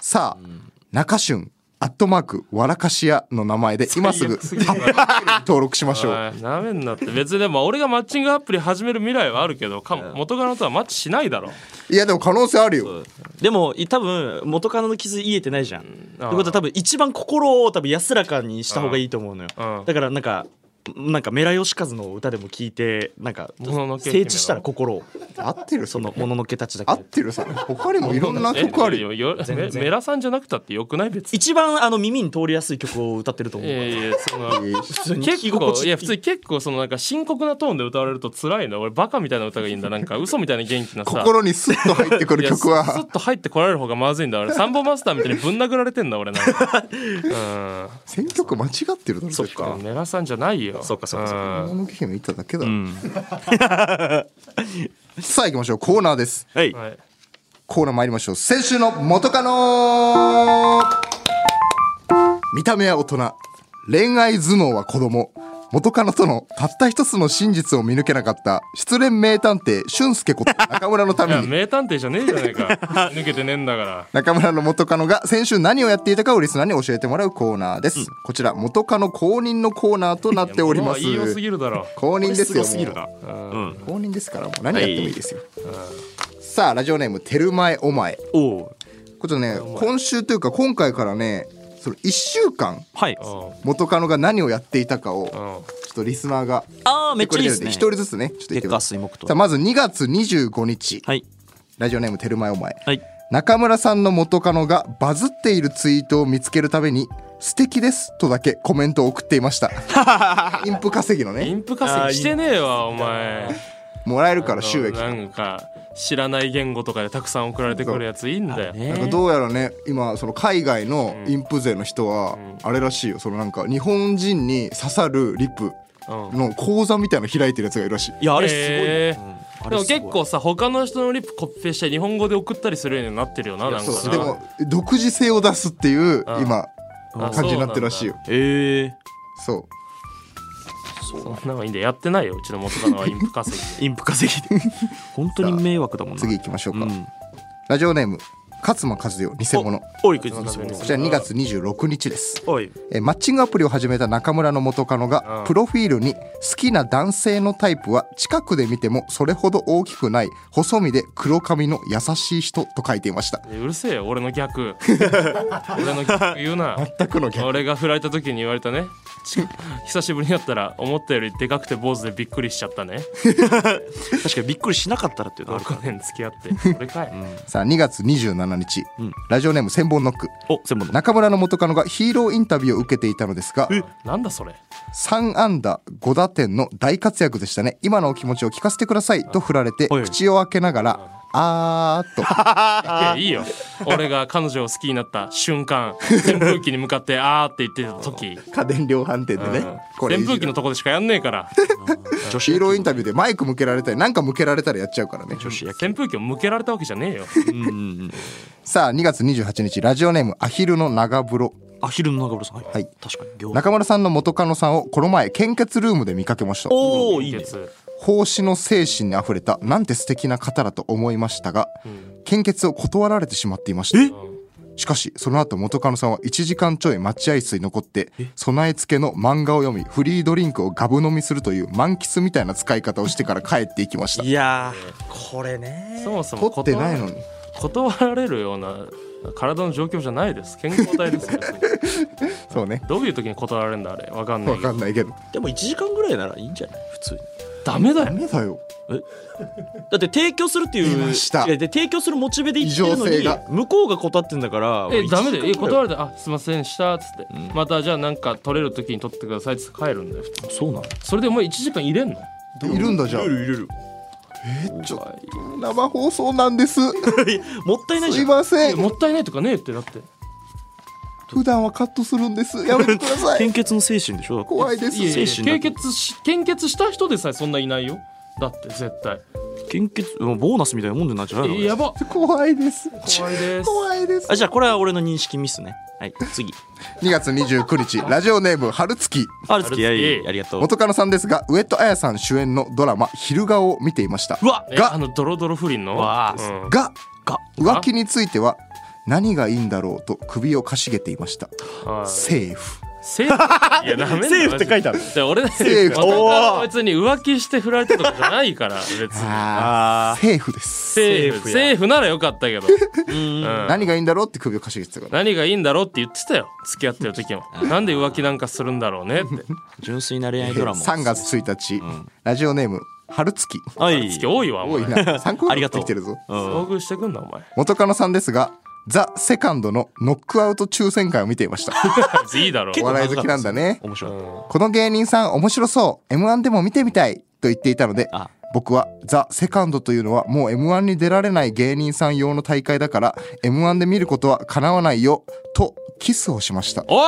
D: さあ、中俊アットマークわらかし屋の名前で今す
B: 最
D: ぐ
B: 悪すぎるな
D: 登録しましょう
B: はいなめんなって別にでも俺がマッチングアプリ始める未来はあるけどか元カノとはマッチしないだろ
D: いやでも可能性あるよ
E: でもい多分元カノの傷癒えてないじゃん。って
B: あー
E: ことは多分一番心を多分安らかにした方がいいと思う
B: あ
E: のよ
B: ー。
E: だからなんかなんかメラヨシカズの歌でも聞いてなんか
B: もののけ姫
E: 整地したら心を
D: 合ってるそ
E: そ
D: の
E: のもののけたちだ
D: 合
E: け
D: っ
E: で。
D: てるさ他にもいろんな
B: え
D: 曲あるよ
B: よメメラさんじゃなくたってよくない別に
E: 一番あの耳に通りやすい曲を歌ってると思。
B: いうやいやその
E: 普通に聞
B: 結
E: き
B: 構
E: 心地
B: いや普通に結構そのなんか深刻なトーンで歌われると辛いの俺バカみたいな歌がいいんだなんか嘘みたいな元気なさ
D: 心にスッと入ってくる曲
B: いやすす
D: は
B: っと入ってこられる方がまずいんだ俺サンボマスターみたいにぶん殴られてんだ俺なんかうん
D: 選曲間違ってるだろ
E: そっか。
B: メラさんじゃないよ
E: そうかそうかそう
B: か
D: ものけ姫言っただけだろ、 [LAUGHS] さあ行きましょうコーナーです
E: はい。
B: はい
D: コーナー参りましょう先週の元カノ見た目は大人恋愛頭脳は子供元カノとのたった一つの真実を見抜けなかった失恋名探偵俊介こと中村のた
B: い
D: め
B: や
D: に
B: 名探偵じゃねえじゃねえか抜けてねえんだ
D: [LAUGHS]
B: から
D: 中村の元カノが先週何をやっていたかをリスナーに教えてもらうコーナーです、こちら元カノ公認のコーナーとなっております
B: いやもう言いようすぎるだろ
D: 公認ですよ
E: すごすぎるな
D: も。
E: うん。
D: う公認ですからもう何やってもいいですよ、さあラジオネーム「てるまえお前
E: おお。」
D: こちらね今週というか今回からねその1週間
E: はい。
D: 元カノが何をやっていたかをち
B: う
D: ょ
B: んうん
D: っとリスナーが
E: ああめっちゃいいです
D: 一、
E: ね。
D: 人ずつねちょっと言ってください
E: 月火水木と
D: さあまず2月25日、
E: はい
D: ラジオネーム「てるまえお前」
E: はい。
D: 中村さんの元カノがバズっているツイートを見つけるために「素敵です」とだけコメントを送っていました
E: [LAUGHS]
D: インプ稼ぎの
B: イ
D: ね
B: ンプ稼ぎしてねえわお前
D: もらえるから収益
B: な
D: なん
B: んか知らない言語とかでたくさん送られてくるやついいんだよ
E: ね
D: かどうやらね今その海外のインプ勢の人はあれらしいよそのなんか日本人に刺さるリプの講座みたいなの開いてるやつがいるらしい
E: いやあれすごいね。
B: え
E: うん
B: ーで
E: あれ
B: も
E: すごい
B: 結構さ他の人のリップコピペして日本語で送ったりするようになってるよななんか
D: そう
B: な
D: でも独自性を出すっていう今
B: あ
D: 感じになってるらしいよ
E: ええ
D: そう
B: そうなんだそんなのいいんだよやってないようちの元カノはインプ稼ぎで
E: インプ稼ぎ
D: [LAUGHS]
E: で本当に迷惑だもんな
D: 次行きましょうか、
E: うん
D: ラジオネーム勝間和代偽物こ
E: おいくつですよ
D: ちら2月26日です
E: おい
D: えーマッチングアプリを始めた中村の元カノがプロフィールに好きな男性のタイプは近くで見てもそれほど大きくない細身で黒髪の優しい人と書いていました
B: うるせえよ俺の
E: [LAUGHS]
B: 逆俺の逆言うな
D: 全くの逆
B: 俺が振られた時に言われたねち久しぶりに会ったら思ったよりでかくて坊主でびっくりしちゃったね
E: 確かにびっくりしなかったらっていうのあるか
B: 6年付き合
E: [LAUGHS]
B: って俺かい、
D: さあ2月27日、ラジオネーム千本ノック
E: らお専門の
D: 中村の元カノがヒーローインタビューを受けていたのですが
B: なんだそれ
D: 3安打5打点の大活躍でしたね今のお気持ちを聞かせてくださいと振られて
E: はい
D: 口を開けながらあーっと
B: いやいいよ俺が彼女を好きになった瞬間扇風機に向かってあーって言ってた時
D: [LAUGHS] 家電量販店でねこれ
B: 扇風機のとこでしかやんねえから
E: 女子
D: ヒーロ
E: 野
D: ーインタビューでマイク向けられたりなんか向けられたらやっちゃうからね
E: 球
B: 扇風機を向けられたわけじゃねえよ
D: さあ2月28日ラジオネームアヒルの長風呂
E: アヒルの中村さんはい確かに行
D: 中村さんの元カノさんをこの前献血ルームで見かけました
E: おおいい
B: い
E: ね
B: つ
D: 奉仕の精神にあふれたなんて素敵な方だと思いましたが、献血を断られてしまっていましたしかしその後元カノさんは1時間ちょい待合室に残って備え付けの漫画を読みフリードリンクをガブ飲みするという満喫みたいな使い方をしてから帰っていきました
E: いやーこれね
B: そもそも
D: 取ってないのに
B: 断られるような体の状況じゃないです健康体ですよ別に
D: そうね
B: どういう時に断られるんだあれわかんない
D: わ
B: け
D: か
B: ど
D: んないけど
E: でも1時間ぐらいならいいんじゃない普通に
B: ダメだ
D: ダ
B: よ
D: メだよ
E: だって提供するっていう
D: 出ました
E: いやで提供するモチベで言ってるの
D: 異常性
E: に
D: が
E: 向こうが断ってんだから
B: えダメだよえ断られ
E: る
B: たあすいませんでしたっつって、またじゃあなんか取れる時に取ってくださいっつって帰るんだよ普通
E: そうなの
B: それでお前1時間入れんの
D: いるんだじゃあ
E: いるいるいる
D: ちょ生放送なんです
E: もったいない
D: す
E: じゃ
D: い
E: ん
D: ませ
B: え
D: ん
B: もったいないとかねえってだって
D: 普段はカットするんですやめてください
E: [LAUGHS] 献血の精神でしょ
D: 怖いです
B: いやいや
E: 精神だ
B: 献
E: け
B: 血し献血した人でさえそんないないよだって絶対
E: 献血うんボーナスみたいなもんじゃないんじゃないの
B: えやば
D: 怖いです
B: 怖いです
D: 怖いです
E: あじゃあこれは俺の認識ミスねはい次
D: 2月29日ラジオネーム春月
E: あるつきあ
B: え
E: い
B: え
E: ありがとう
D: 元カノさんですが上戸彩さん主演のドラマ「昼顔」を見ていました
E: うわ
B: え
D: が
B: あのドロドロ不倫の
E: わあ
B: うん
D: が
E: が
D: 浮気については何がいいんだろうと首をかしげていました
B: はい
D: セーフ
B: セーフいやダメだよ
E: セーフって書いてある
B: マジで俺だ
D: セ
B: セ
D: ーフ
B: は別に浮気して振られたとかじゃないから [LAUGHS] 別に
D: あーセーフです
B: セー
E: セー
B: フ
E: フや
B: セーフならよかった [LAUGHS] けど、うん、
D: 何がいいんだろうって首をかしげてたから
B: 何がいいんだろうって言ってたよ付き合ってる時もなんで浮気なんかするんだろうねって
E: 純粋な恋愛ドラマ
D: 3月1日ラジオネーム春月
E: はい
B: 月多いわお
D: 多
B: 前
D: いな参考
E: あ
D: に
E: り
D: なって
E: がとう
D: きてるぞ
E: うん
B: 遭遇してくんなお前
D: 元カノさんですがザ・セカンドのノックアウト抽選会を見ていました
B: いいだろう
D: お笑い好きなんだね
E: 面白い
D: この芸人さん面白そう m 1でも見てみたいと言っていたので
E: あ
D: 僕はザ・セカンドというのはもう m 1に出られない芸人さん用の大会だから m 1で見ることはかなわないよとキスをしました
B: おい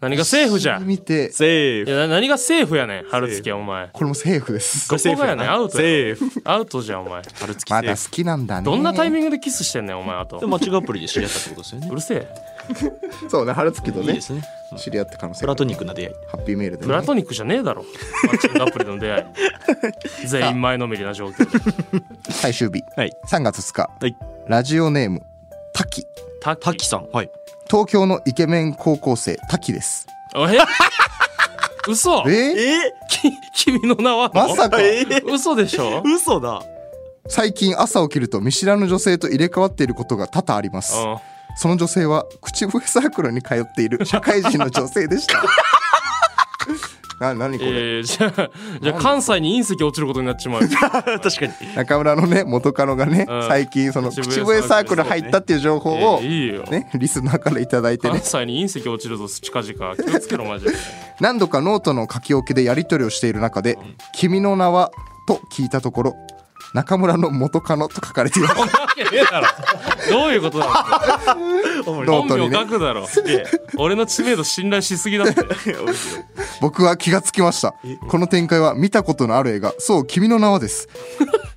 B: 何がセーフじゃんい
D: 見て
E: セーフ
B: やな何がセーフやねん春月お前
D: これもセーフです
B: どこがやねんアウトや
E: セーフ
B: アウトじゃんお前
E: あるつきセ
D: まだ
E: ー
D: 好きなんだね
B: どんなタイミングでキスしてんねんお前あと
E: フマッチングアプリで知り合ったってことですよね
B: うるせえ
D: そうね春月と
E: いい
D: ね
E: ですね
D: 知り合った可能性
E: プ
D: が
E: ラトニックな出会い
D: ハッピーメールで、
B: プラ
D: ね、
B: トニックじゃねえだろマッチングアプリでの出会い全員前のめりな状況で
D: 最終日
E: はい
D: 3月2日
E: はい
D: ラジオネーム滝
B: タ
E: タキさんはい
D: 東京のイケメン高校生滝です
B: おえ嘘
D: えー、
E: え
B: き君の名は
D: まさか
B: 嘘でしょ
E: 嘘だ
D: 最近朝起きると見知らぬ女性と入れ替わっていることが多々あります
B: うん
D: その女性は口笛サークルに通っている社会人の女性でしたな何これ、
B: えー、じゃあじゃあ関西に隕石落ちることになっちまうよ
E: 確かに
D: 中村のね元カノがね、
B: うん
D: 最近その
B: 口
D: 口
B: 笛
D: 笛サークル入ったっていう情報を、
B: えーいいよ
D: ね、リスナーから頂いただいて
B: 関
D: ね
B: 西に隕石落ちるぞ近々気をつけろマジで
D: 何度かノートの書き置きでやり取りをしている中で「君の名は?」と聞いたところ「中村の元カノ」と書かれています
B: そんなわけねえだろどういうことだろ
D: ノートに
B: 本名
D: ね
B: 書くだろ俺の知名度信頼しすぎ [LAUGHS] だって
D: 僕は気がつきましたこの展開は見たことのある映画そう君の名はです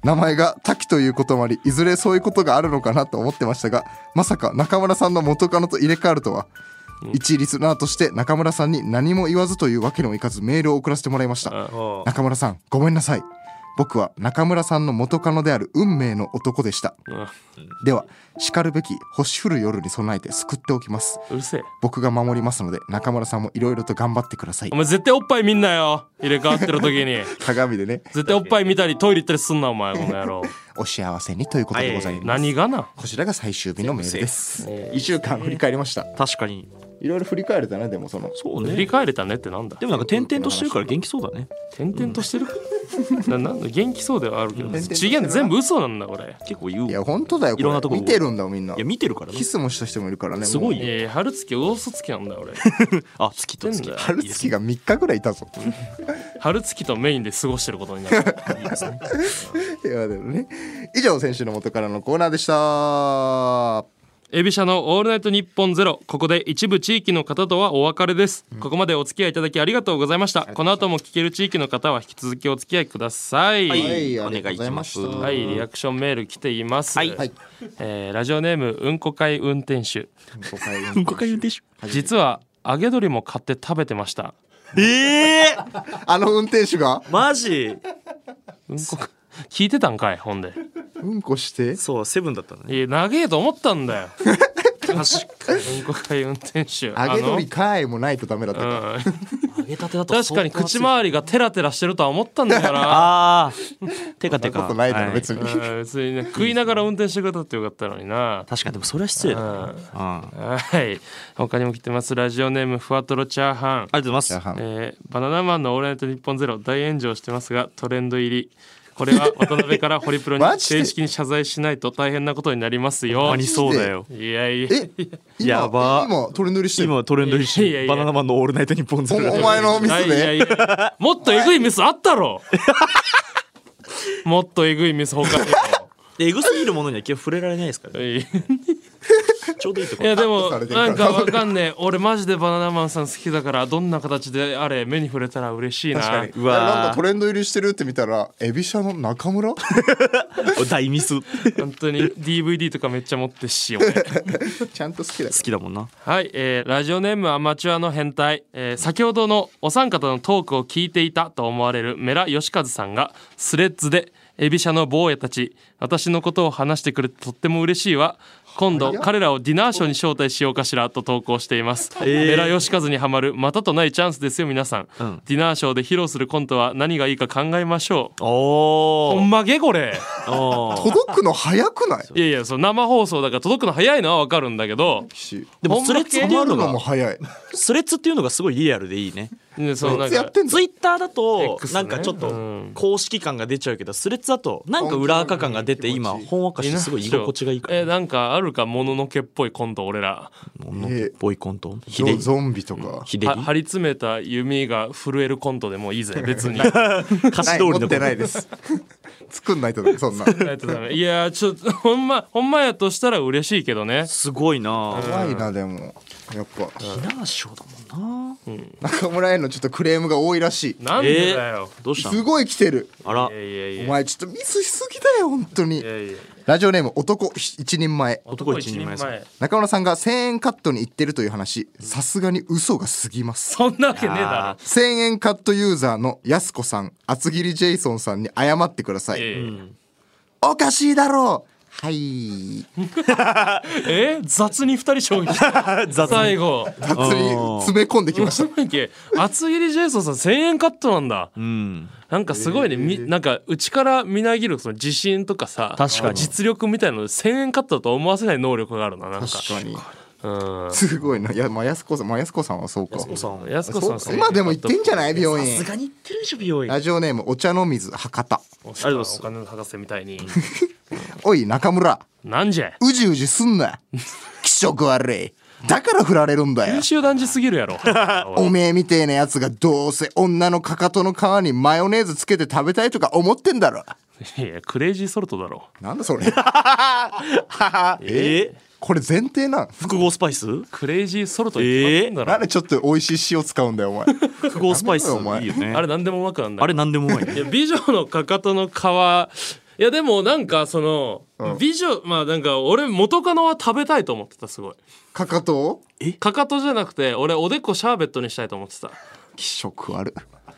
D: 名前が滝ということもありいずれそういうことがあるのかなと思ってましたがまさか中村さんの元カノと入れ替わるとは一リスナーとして中村さんに何も言わずというわけにもいかずメールを送らせてもらいました中村さんごめんなさい僕は中村さんの元カノである運命の男でしたではしかるべき星降る夜に備えて救っておきます
B: うるせえ
D: 僕が守りますので中村さんもいろいろと頑張ってください
B: お前絶対おっぱい見んなよ入れ替わってる時に
D: 鏡でね
B: 絶対おっぱい見たりトイレ行ったりすんなお前この [LAUGHS] 野郎
D: お幸せにということでございます、
B: 何がな
D: こちらが最終日のメールです1週間振り返りました
E: 確かに
D: いろいろ振り返れたねでもその
E: そう
B: 振
E: ね
B: り返れたねってなんだ
E: でもなんか点々としてるから元気そうだね
B: 転々としてる、 [LAUGHS] ななんだ元気そうではあるけど
D: 々としてる
B: 資源全部嘘なんだこれ
E: 結構言う
D: い
E: い
D: や本当だよこ
E: いろん
D: れ
E: なとこ
D: 見てるんだよみんない
E: や見てるからね
D: キスもした人もいるからね
E: すごい
D: も
E: よ
B: えー、春月大嘘つきなんだ俺
E: あ月と
B: 知
E: 月
B: ってんだ
D: う春月が3日ぐらいいたぞ
B: 春月とメインで過ごしてることになる
D: いやでもね以上先週の元からのコーナーでした
B: エビシャのオールナイトニッポンゼロここで一部地域の方とはお別れです、ここまでお付き合いいただきありがとうございましたこの後も聞ける地域の方は引き続きお付き合いください、
E: はい
D: ありがとうございました
E: お願いします
B: はい、リアクションメール来ています。
E: はいはい
B: えーラジオネームうんこ会運転手。
D: ご開運
E: うんこか言うでしょ
B: 実は揚げ鶏も買って食べてました。
E: ええ
D: あの運転手が
E: マジ
B: うんこ聞いてたんかい、ほんで。
D: うんこして
E: そうセブンだったのね
B: いや、長えと思ったんだ
E: [LAUGHS]
B: よ。
E: 確かに
B: うんこ会運転手。
D: 揚げ
B: あの
D: 鳥かいもないとダメだった
B: う
D: か
B: ん
F: 揚げたてだと
B: 確かに口周りがテラテラしてるとは思ったんだから
E: ああ。てかて
D: こ
E: か。
D: とないだ
E: は
D: ろ別に、
B: うん別にね食いながら運転してくれたってよかったのにな
E: 確かにでもそれは失礼だな。うん。あり
B: はい他にも来てますラジオネームふわとろチャーハン
E: がとうござ
D: チャー
E: い
D: ハ
E: ま
D: ン
B: えーバナナマンの「オールナイトニッポンゼロ大炎上してますがトレンド入りこ
E: [LAUGHS]
B: れは渡辺からホリプロ
D: マ
B: に
D: ジで
B: 正式に謝罪しないと大変なことになりますよ
E: す。ありそうだよ。
B: いやいや
D: え今
E: やば
D: 今トレンド入りしてる
E: 今トレンド
B: いやいやい
E: 1
B: や
E: バナナマンのオールナイトニッポンゼロ
D: おお前のミス
B: いや
D: で
B: いやいやもっとえぐいミスあった
E: [LAUGHS]
B: ろもっとえぐいミス他にも
E: でエグすぎるものには基本触れられないですからね。
B: い
E: ちょうどいいところ。
B: やでも
D: されてるか
B: な
D: ら
B: んかわかんねえ俺マジでバナナマンさん好きだからどんな形であれ目に触れたら嬉しいな
D: 確かに
E: う
D: いや
E: わー
D: なんかトレンド入りしてるって見たらエビシャの中村
E: 大ミス。好
B: 本当に DVD とかめっちゃ持ってっし俺
D: [LAUGHS] ちゃんと好きだか
E: きだもんな。
B: はい、えーラジオネームアマチュアの変態、えー先ほどのお三方のトークを聞いていたと思われるメラ吉和さんがスレッズでエビシャの坊やたち私のことを話してくれてとっても嬉しいわ今度彼らをディナーショーに招待しようかしらと投稿しています、メラ吉和にはまるまたとないチャンスですよ皆さん、
E: ん
B: ディナーショーで披露するコントは何がいいか考えましょうほ
E: お
B: んまげこれ
D: ら
E: お。
D: 届くの早くない
B: いやいやその生放送だから届くの早いのは分かるんだけど
D: し
E: でもスレッズっていうの
D: 届くのも
E: が
D: 早い
E: スレッズっていうのがすごいリアルでいいね。
B: ねそのなん
D: や
B: か
D: ってんの
E: ツイッターだと
B: X ね
E: なんかちょっ
B: う
E: と
B: ん
E: 公式感が出ちゃうけどスレッズだとなんか裏垢感が出て今
D: うん
E: ほんわかしてすごい居心地がいいか
B: え
E: ら。
B: なんかあるかもののけっぽいコント俺ら
E: もう
D: え
E: ボイコンとひ
D: ゾ
E: で
D: ゾンビとか
E: ひで
B: は張り詰めた弓が震えるコントでもいいぜ別に
E: 歌詞
D: な
E: 通
D: い
E: りの
D: 持ってないです [LAUGHS] 作んないとだそんな怖
B: いやーちょっとほんまほんまやとしたら嬉しいけどね
E: すごいな。
D: いなでもやっぱ
E: ディナーショーだもんな。
D: 中村へのちょっとクレームが多いらし
B: なん
E: え
B: で
E: ー
B: だよ、
E: どう
D: い
E: した
D: す
E: の？
D: ごい来てる
E: あら
B: いや。いや
D: お
B: いや
D: 前ちょっとミスしすぎだよ本当に
B: いやいや
D: ラジオネーム男一人前
B: 男一人前さん
D: 中村さんが1000円カットに行ってるという話さすがに嘘が過ぎます
B: そんなわけねえだ
E: あ
D: 1000円カットユーザーのやすこさん厚切りジェイソンさんに謝ってくださ
B: ろいや
D: い
B: いや
D: おかしいだろうはい
B: えー雑に二人消費した最後
D: 雑に詰め込んできました
B: なんだっけ厚切りジェイソンさん1000円カットなんだ
E: うん。
B: なんかすごいね、みなんか内からみなぎるその自信とかさ
E: 確かに
B: 実力みたいなので1000円カットだと思わせない能力があるななんか
D: 確かに
B: うん
D: すごいないやまあやすこさんまあやすこさんはそうか
E: さん。
B: やすこ
D: そう
B: さ
D: か
B: ん
D: 今でも行ってんじゃない病
E: さ
D: 院
E: すがに言ってるでしょ美容院。
D: ラジオネームお茶の水博多
B: お
E: がとうございます
B: 金の博士みたいに
D: おい中村
B: なんじゃ
D: うじうじすんな気色悪いだから振られるんだよ
B: 優秀男児すぎるやろ
D: おめえみてえなやつがどうせ女のかかとの皮にマヨネーズつけて食べたいとか思ってんだろ
B: いやクレイジーソルトだろ
D: なんだそ [LAUGHS] れ
E: えー？
D: これ前提なん
E: 複合スパイス？
B: クレイジーソルトに決まってんだ
D: なん
B: ろ、
D: でちょっと美味しい塩使うんだよお前
E: 複合スパイスい
D: やめろよお前
E: いよね。
B: あれなんでもうまくなんだ
E: あれなんでもうまい
B: い
E: ね。
B: や美女のかかとの皮いやでもなんかその、美女まあなんか俺元カノは食べたいと思ってたすごい
D: かかとを
B: かかとじゃなくて俺おでこシャーベットにしたいと思ってた
D: 気色悪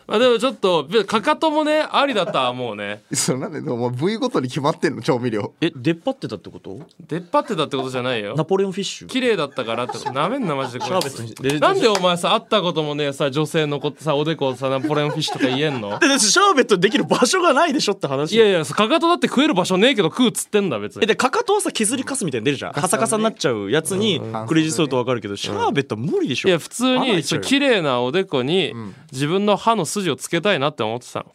B: まあでもちょっとべかかともねありだったらもうね
D: いそれなんででもお前部位ごとに決まってんの調味料
E: え、出っ張ってたってこと？
B: 出っ張ってたってことじゃないよ
E: ナポレオンフィッシュ。
B: 綺麗だったからってことなめんなマジでこいつ
E: シャーベットにで
B: なんでお前さ会ったこともねえさ女性のことさおでこをさナポレオンフィッシュとか言えん
E: [LAUGHS]
B: の
E: でシャーベットできる場所がないでしょって話。
B: いやいやかかとだって食える場所ねえけど食うっつってんだ別
E: え
B: に
E: でかかとはさ削りかすみたいに出るじゃんカサカサになっちゃうやつにクレイジーソルトわかるけどシャーベットは無理でしょ
B: いや普通
E: 穴開
B: に
E: いち
B: そ
E: ゃう
B: う
E: よ
B: 綺麗なおでこに自分の歯の筋をつけたいなって思ってたの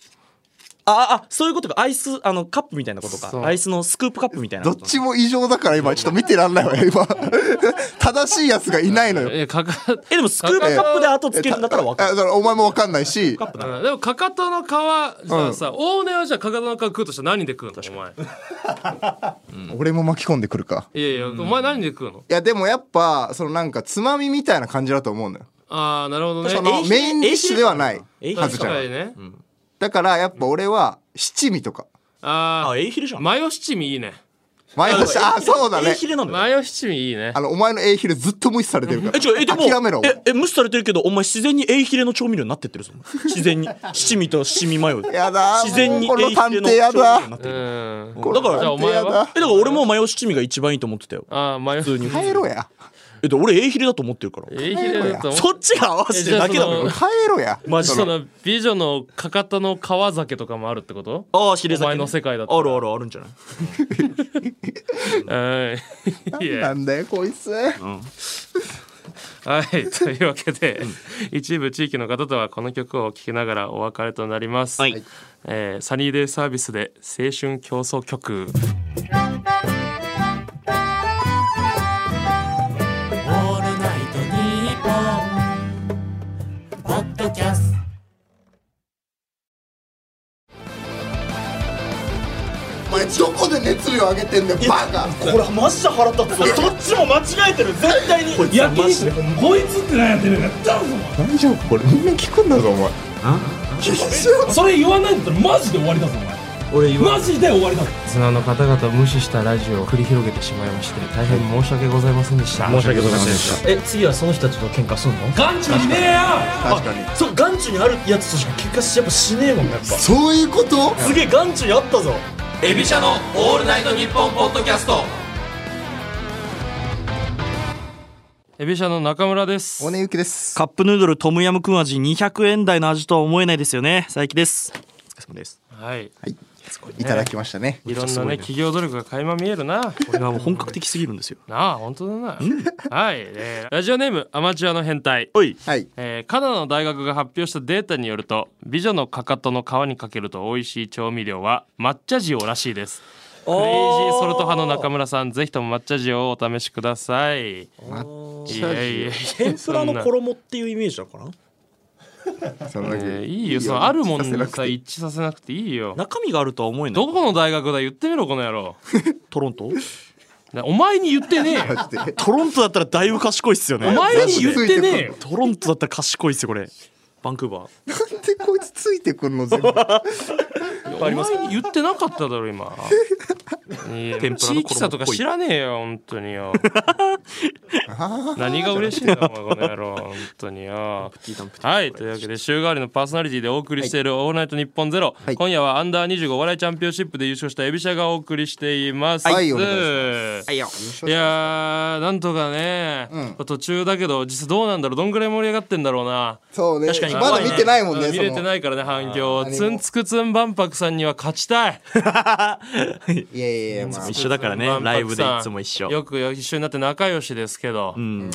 E: ああそういうことかアイスあのカップみたいなこと
B: そう
E: かアイスのスクープカップみたいな
D: ど
E: こ
D: っ
E: と
D: ちも異常だから今ちょっと見てらんないわよ今 [LAUGHS] 正しいやつがいないのよ
B: いやかか
E: えでもスクープカップで後つけるんだったらわか
D: え
E: る
D: だからお前もわかんない
B: [LAUGHS]
D: し
B: うんでもかかとの皮じゃあさ、大根はじゃあかかとの皮食うとしたら何で食うのお前
D: 俺も巻き込んでくるか
B: いやいやお前何で食うの
D: いやでもやっぱそのなんかつまみみたいな感じだと思うのよ
B: ああなるほどね
D: その
E: え
D: メインディッシュではない
E: ええ
D: はず
B: 確
D: じゃ
B: か
D: ん
B: にね、
D: だからやっぱ俺は七味とか
B: あ
E: あ
B: あ
E: エイヒレじゃん
B: マヨ七味いいね
D: マヨネーズあそうだ
E: エイ
D: ね
E: ヒレなんだよ
B: マヨ七味いいね
D: あのお前の A ヒルずっと無視されてるから
E: え違うえでも
D: 諦めろ
E: ええ無視されてるけどお前自然にエイヒレの調味料になってってるぞお [LAUGHS] 前自然に七味と七味マヨ
D: やだー
E: 自然に
D: もうこ
E: エ
D: の
E: イヒレ
D: 探
E: の
D: 偵や
E: 調味料
D: だ
E: になって
B: う
E: る
B: んじ
E: だか
B: ゃあ
E: ら
B: お前
D: やだ
B: は
E: えだから俺もマヨ七味が一番いいと思ってたよ
B: ああマヨ
E: 普通に
D: 帰ろうや
E: えで俺 A ヒレだと思ってるから
B: えいひれだと思う
E: そっちが合わせてるだけだも
B: え
D: [LAUGHS]
E: ん
B: じ
D: 帰ろや
E: マジ
B: その美女のかかとの川酒とかもあるってこと
E: ああヒレ酒ね
B: お前の世界だったら
E: あるあるあるんじゃない
B: はいいや
D: なんだよこいつ
E: [LAUGHS]
B: はい、というわけで、一部地域の方とはこの曲を聴きながらお別れとなります、
E: はい
B: えーサニーデイサービスで青春競争曲
D: お前どこで熱量上げてんだよバカ
F: これマジで腹立つわそっちも間違えてる絶対に
E: こいつは
F: 焼
E: マジで
F: 肉こいつって何やってるんだどうぞ
D: 大丈夫これみんな聞くんだぞお前
F: それ言わないんだったらマジで終わりだぞお前俺マジで終わりだぞ
B: 砂の方々を無視したラジオを繰り広げてしまいまして大変申し訳ございませんでした申し訳ございませんでした
C: え次はその人たちと喧嘩すんの
F: 眼中にねえや
D: 確かに
C: そう眼中にあるやつとしか喧嘩しやっぱしねえもんやっぱす
D: そういうこと
C: げえ眼中にあったぞ
G: エビシャの「オールナイトニッポン」ポッドキャスト
B: エビシャの中村です
D: おねゆきです
E: カップヌードルトムヤムクン味200円台の味とは思えないですよね佐伯ですお疲れ様です
B: はい
D: いただきましたね
B: いろんなね企業努力が垣間見えるな
E: これがもう本格的すぎるんですよ
B: なあ本当だ
E: [LAUGHS]
B: なはい、えーラジオネームアマチュアの変態
E: おい
D: はい
B: えーカナダの大学が発表したデータによると美女のかかとの皮にかけると美味しい調味料は抹茶塩らしいですクレイジーソルト派の中村さんぜひとも抹茶塩をお試しください抹茶塩いやいやいや
C: 天ぷら
B: そ
C: の
B: んな
C: 衣っていうイメージだからな
D: そのだけ
B: えーいいよそのあるもんにさ一致させなくていいよ
E: 中身があるとは思えない
B: どこの大学だ言ってみろこの野郎
E: トロント
B: なお前に言ってねえよ
D: マジで
E: トロントだったらだいぶ賢いっすよね
B: お前に言ってねえよ
E: トロントだったら賢いっすよこれバンクーバー
D: なんでこいつついてくんの全部
B: お前に言ってなかっただろ今いや
E: 天ぷら
B: 地
E: の衣っぽい
B: 域差とか知らねえよ本当によ何が嬉しいんだお前この野郎本当によはいというわけで週替わりのパーソナリティでお送りしている「オールナイトニッポンゼロ、
D: い
B: 今夜はアンダー25お笑いチャンピオンシップで優勝したエビシャがお送りしています、
D: はいお願いし
B: い
E: いよ
B: やーなんとかね、途中だけど実際どうなんだろうどんぐらい盛り上がってんだろうな
D: そうね
E: 確かに
D: まだ見てないもんね
B: 見れ
D: そ
B: て
D: の
B: ないからね反響
D: あー
B: ツンツクツン万博さんには勝ちたい
D: いやいやいやまあ
E: 一緒だからね
B: 万博さん
E: ライブでいつも一緒
B: よく一緒になって仲良しですけど、負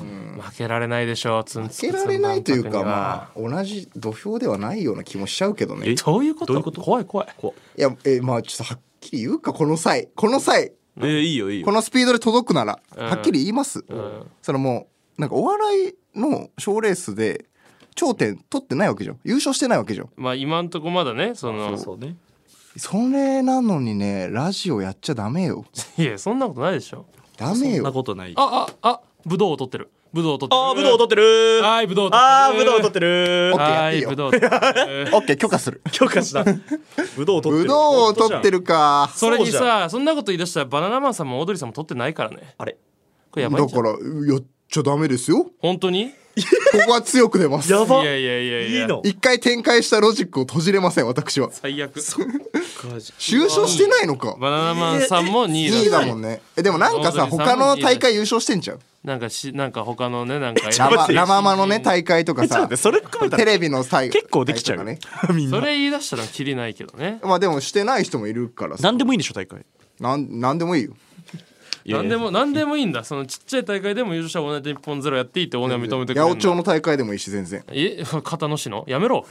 B: けられないでしょうつんつ
D: つけ
B: く
D: ら
B: つん
D: れないというか
B: 万博には
D: まあ同じ土俵ではないような気もしちゃうけどねい
B: どういうこと怖い怖い
D: やえまあちょっとはっきり言うかこの際この際
E: えー、いいよいい
D: こ
E: よ
D: のスピードで届くならはっきり言いますそのもうなんかお笑いの賞レースで頂点取ってないわけじゃん優勝してないわけじゃん
B: まあ今んとこまだねその
E: そうね
D: それなのにねラジオやっちゃダメよ
B: いやそんなことないでしょ
D: ダメ
E: そんな
D: よ
E: ことないあ
B: あああブドウを取ってるブドウを取ってる
E: あーブドウ取ってるー
B: はいブドウを取ってる
E: あーブドウ取ってる
D: オッケーや
B: は
D: っていい
B: い
D: よ
B: ブドウを取って
D: [LAUGHS]
B: る
D: オッケー許可する
E: 許可したブドウ取って
D: ブ
E: る
D: ドウを取って
E: る
D: るか
B: それに
E: そうじ
B: さそんなこと言い出したらバナナマンさんもオードリーさんも取ってないからね
E: あれ
B: これや
D: だ
B: ばいんじゃ
D: か
B: ん
D: らやっちゃダメですよこ
B: 本当に
D: こは強く出ます
E: や
B: い
E: ば
B: やいやいやいや
E: いいの
D: 一回展開したロジックを閉じれません私は
B: 最悪
D: 優勝してないのか
B: バナナマンさんも2位だ
D: 2位だもんねえでもなんかさ
B: オードリーさ
D: 他
B: んも
D: の
B: いいです
D: 大会優勝してんじゃん
B: なんかしなんか他のねなんか
D: [LAUGHS] 生生マのね大会とか
E: ちょっと
D: さ
E: 待ってそれ含めたら
D: テレビの大会
E: 結構できちゃ
D: と
E: う
D: かね
E: ねみん
B: そ
E: な
B: れ言い出したらキリないけどね。
D: まあでもしてない人もいるからさ
E: 何でもいいんでしょ大会
D: なんなんでもいいよ
B: なんでもなんでもいいんだ。そのちっちゃい大会でも優勝者同じ日本ゼロやっていいってオーナー認めてくれる。
D: 八百長。の大会でもいいし全然
B: え、 [LAUGHS] 片野市の？やめろ。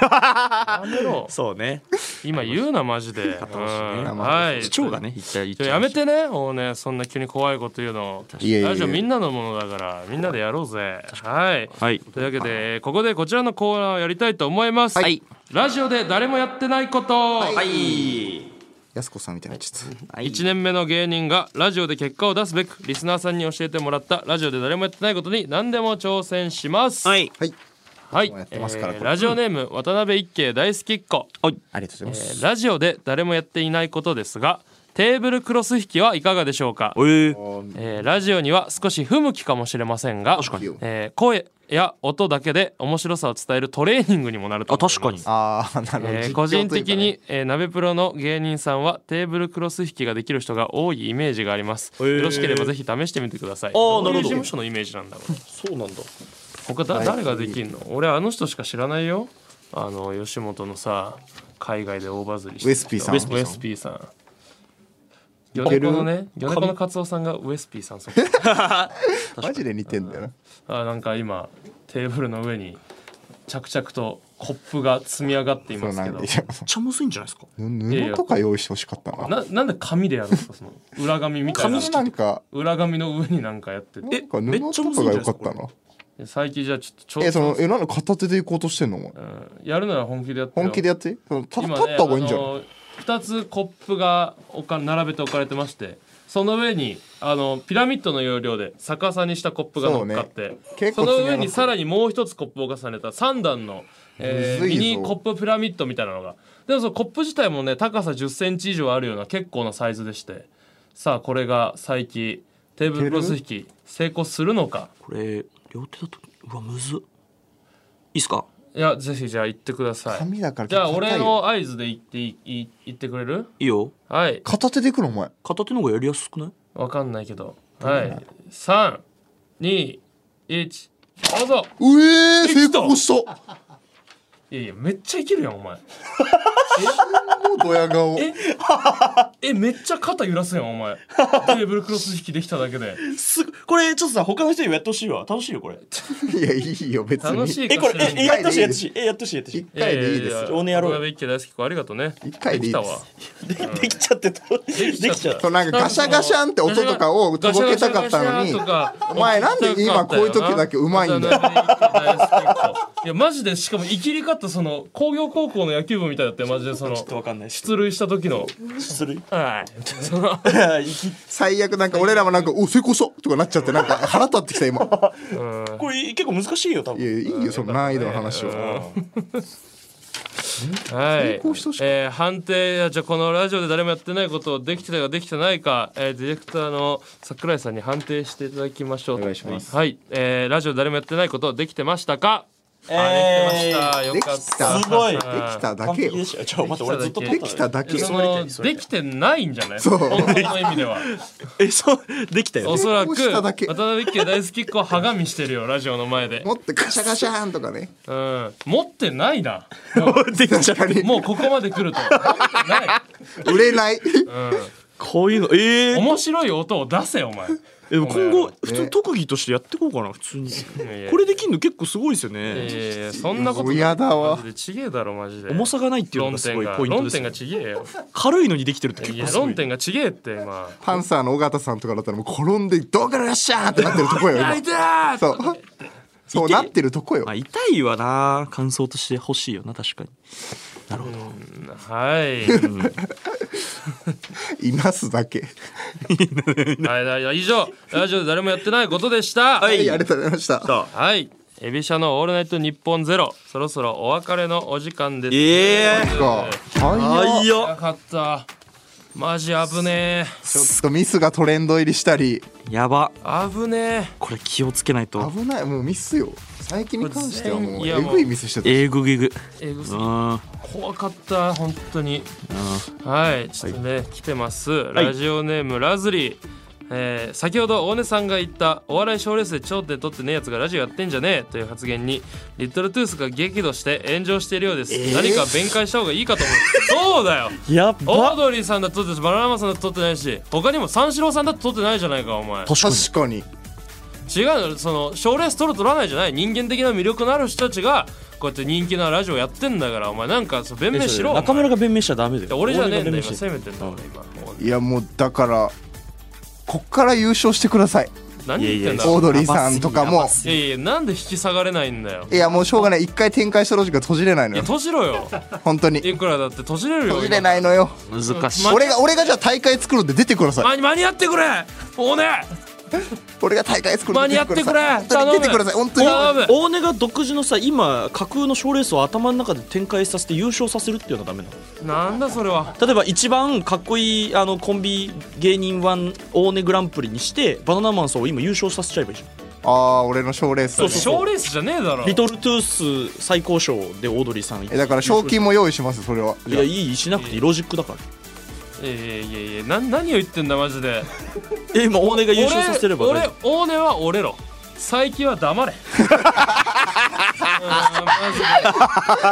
B: やめろ。
E: そうね
B: 今言うなマジで。うんはい。
E: 市長が。ね一体一
B: ちょやめてね。もうねそんな急に怖いこと言うの。
D: いやいやいや
B: ラジオみんなのものだからみんなでやろうぜ。はい。
E: はい。
B: というわけでここでこちらのコーナーをやりたいと思います。はいラジオで誰もやってないこと。はい
E: い
D: やすこさんみたいなちょっと
B: 1年目の芸人がラジオで結果を出すべくリスナーさんに教えてもらったラジオで誰もやってないことに何でも挑戦します、
E: はいい
D: はい
B: はい
D: もうやってますから
B: えー
D: これ
B: ラジオネーム渡辺一慶大好きっ子、
D: ありがとうございます
B: えーラジオで誰もやっていないことですがテーブルクロス引きはいかがでしょうか、
E: ええ
B: えーラジオには少し不向きかもしれませんが
E: 確かに
B: えー声や音だけで面白さを伝えるトレーニングにもなると
E: あ
B: 思います
E: 確かに
D: ああなるほど、
B: えー
D: 実況
B: 個
D: とい
B: 人
D: うかね
B: 的に、えー、鍋プロの芸人さんはテーブルクロス引きができる人が多いイメージがあります、
E: ー
B: よろしければぜひ試してみてください
E: あー
B: どう
E: なるほど
B: いう事務所のイメージなんだろう
C: そうなんだ
B: 他だ誰ができんの俺あの人しか知らないよあの吉本のさ海外で大バズりしてる人
D: ウエス P さん
B: ウエス P さん米子のね米子のカツオさんがウエス P さんそっか
D: マジで似てんだよな
B: あなんか今テーブルの上に着々とコップが積み上がってい
D: そ
B: ま
D: う
B: す
D: な
B: け
D: ん
B: ど
D: でいや
E: めっちゃむずいんじゃないですか
B: やいや
D: 布とか用意してほしかったな
B: ななんで紙でやるんですかその裏紙みたいな
D: 紙なんか
B: 裏紙の上になんかやってて
D: なんか布とかが良かったな
B: 最近じゃあちょっとちょ
D: えそのえなんで片手で行こうとしてんのお前
B: うんやるなら本気でやってよ
D: 本気でやってそのた立
B: 今
D: っ
B: ね
D: た方がいいんじゃ
B: あ
D: ない
B: の2つコップが置か並べて置かれてましてその上にあのピラミッドの要領で逆さにしたコップが乗っかって
D: ね
B: そ,、
D: 結構
B: の
D: 積
B: 上
D: み上がってる
B: にさらにもう一つコップを重ねた3段の、えー
D: むずい
B: ミ
D: ぞ
B: ニコップピラミッドみたいなのがでもそのコップ自体もね高さ1 0センチ以上あるような結構なサイズでしてさあこれが最近テーブルクロス引き成功するのか
E: これ両手だとうわむずっいいっすか
B: いやぜひじゃあ言ってください
D: 紙だから
B: じゃあ
D: 硬いよ
B: 俺の合図で言っていい言ってくれる
E: いいよ
B: はい
D: 片手で行くのお前
E: 片手の方がやりやすくない
B: わかんないけど。はい。三、二、一、どうぞ。
D: うえー成功した
B: いやいや、めっちゃいけるやん、お前。
D: もうドヤ顔
B: え、めっちゃ肩揺らすやん、お前。テーブルクロス引きできただけで。
E: すぐこれちょっとさ他の人にもやってほしい [LAUGHS] わ楽しいよこれ
D: いやいいよ別に
B: 楽しい
E: えこ
B: か
E: れ
B: しら
E: ええやってほしいやってほしいえやってほしいやってほし
D: 一
E: い
D: 回でいいで
B: や
D: す
B: や
D: よ
B: や
E: 少年野郎
B: 渡辺一家大好き子ありがとうね。
D: 一回でいいです
B: きたわ
E: でできちゃってたできちゃっ
D: そ
E: た
D: うなんかガシャガシャンって音とかを届けたかったのに
B: ガシャガシャガシャガシャとか
D: お前なんで今こういう時だけうまいんだよ
B: 渡辺一家大好き子いやマジでしかも生きり方その工業高校の野球部みたいだってマジでその
E: ちょっとわかんないし
B: 出塁した時の
E: する
B: はいその
D: 最悪なんか俺らもなんか「お成功した!」とかなっちゃってなんか腹立ってきた今
E: これ結構難しいよ多
D: い
E: 分
D: やいいよその難易度の話を
B: はい、
D: 功してほしか
B: えー判定はじゃあこのラジオで誰もやってないことをできてたかできてないか、えーディレクターの桜井さんに判定していただきましょうお願いしますはい、えーラジオで誰もやってないことをできてましたか、あできてましたよ
D: でき
B: かった
D: た
E: すごい
D: できただ
E: 完
D: け
E: 璧で
D: よ
E: したよちょ待って俺ずっと撮っ
D: できただけ
B: そのできてないんじゃない本当の意味では
E: えそうできたよ
B: おそらく
D: 成功した
B: 渡
D: だけ
B: 辺家大好きっ子は歯がみしてるよラジオの前
D: [LAUGHS]
B: で、
D: 持ってガシャガシャンとかね
B: うん、持ってないな
E: できちゃった
D: 確かに
B: もうここまで来ると持ってない
D: 売れない
E: こういうのえー
B: 面白い音を出せお前
E: でも今後普通に特技としてやってこうかな普通に
B: やいや
E: これできんの結構すごいですよ
B: い
E: ね
B: やいやいやそんなことない
D: 親だわ
B: マジでちげえだろマジで
E: 重さがないっていうの
B: 論
E: がす
B: 点
E: ごい
B: が
E: ポイント
B: 論
E: です
B: 点
E: よ
B: がちげえよ
E: 軽いのにできてるって
B: い
E: 結構 [LAUGHS]
B: や
E: すご
B: 論
E: い
B: 点がちげえってまあ
D: パンサーの尾形さんとかだったらもう転んでどうからガシャーンってなってるとこよ今
B: 痛
D: そうそうなってるとこよ
E: まあ痛いわな感想として欲しいよな確かに
B: はい
D: いなすだけ
B: はいはいはい以上ラジオで誰もやってないことでしたは
D: はいありがとうございました
B: はいエビシャのオールナイトニッポンゼロそろそろお別れのお時間です
E: ええ
D: か
E: あいよ
B: 早かったマジ危ねえ
D: ちょっとミスがトレンド入りしたり
E: やば
B: 危ね
E: これ気をつけないと
D: 危ないもうミスよ最近に関しては
B: い
D: も
B: うや
D: え
B: もう
D: ぐいミスしてた
E: えぐえぐ
B: ええぐす
E: う
B: ぎ
E: ん
B: 怖かった本当にはいちょっとね、来てますラジオネームラズリー、えー先ほど大根さんが言ったお笑い賞レースで頂点取ってねえやつがラジオやってんじゃねえという発言にリトルトゥースが激怒して炎上しているようです、何か弁解した方がいいか
E: [LAUGHS]
B: と思うそうだよ
E: やっ
B: オー
E: ば
B: ドリーさんだって取ってるしバナナマンさんだって取ってないし他にも三四郎さんだって取ってないじゃないかお前
D: 確かに
B: 違うのその賞レース取る取らないじゃない人間的な魅力のある人たちがこうやって人気のラジオやってんだからお前なんかそう弁明しろお前
E: 中村が弁明しちゃダメだ
B: いや
E: よ
B: 俺じゃねえんだ
E: 俺が弁
B: 今
E: 明しちゃ
B: 攻めてんだ俺今もう
D: いやもうだからこっから優勝してください
B: 何言ってんだ
D: オードリーさんとか
E: やば
D: も
B: いやいやなんで引き下がれないんだよ
D: いやもうしょうがない一回展開したロジックが閉じれない
B: い
D: の
B: や
D: よ
B: 閉じろよ
D: 本当に
B: いくらだって閉じれるよ
D: 閉じれないのよ
E: 難しい
B: ま
D: 俺が俺がじゃあ大会作るんで出てください
B: 間に間に合ってくれおね
D: 俺が大会作る
B: 間に合ってくれ
D: 本当に出てくださ
B: 頼
D: い本
B: む
D: 当に
B: 頼む
C: 大根が独自のさ今架空の賞レースを頭の中で展開させて優勝させるっていうのはダメなの
B: なんだそれは
C: 例えば一番かっこいいあのコンビ芸人ワン大根グランプリにしてバナナマンさんを今優勝させちゃえばいいじゃん
D: ああ俺の賞レース
C: そうそう
B: 賞レースじゃねえだろ
C: リトルトゥース最高賞でオードリーさん
D: えだから賞金も用意しますそれはい
C: やいいしなくていいロジックだから
B: いやいやいやいやな何を言ってんだマジで
C: え今大根が優勝させれば大
B: 俺
C: 丈
B: 俺大根は折れろ最近は黙れうーんマジです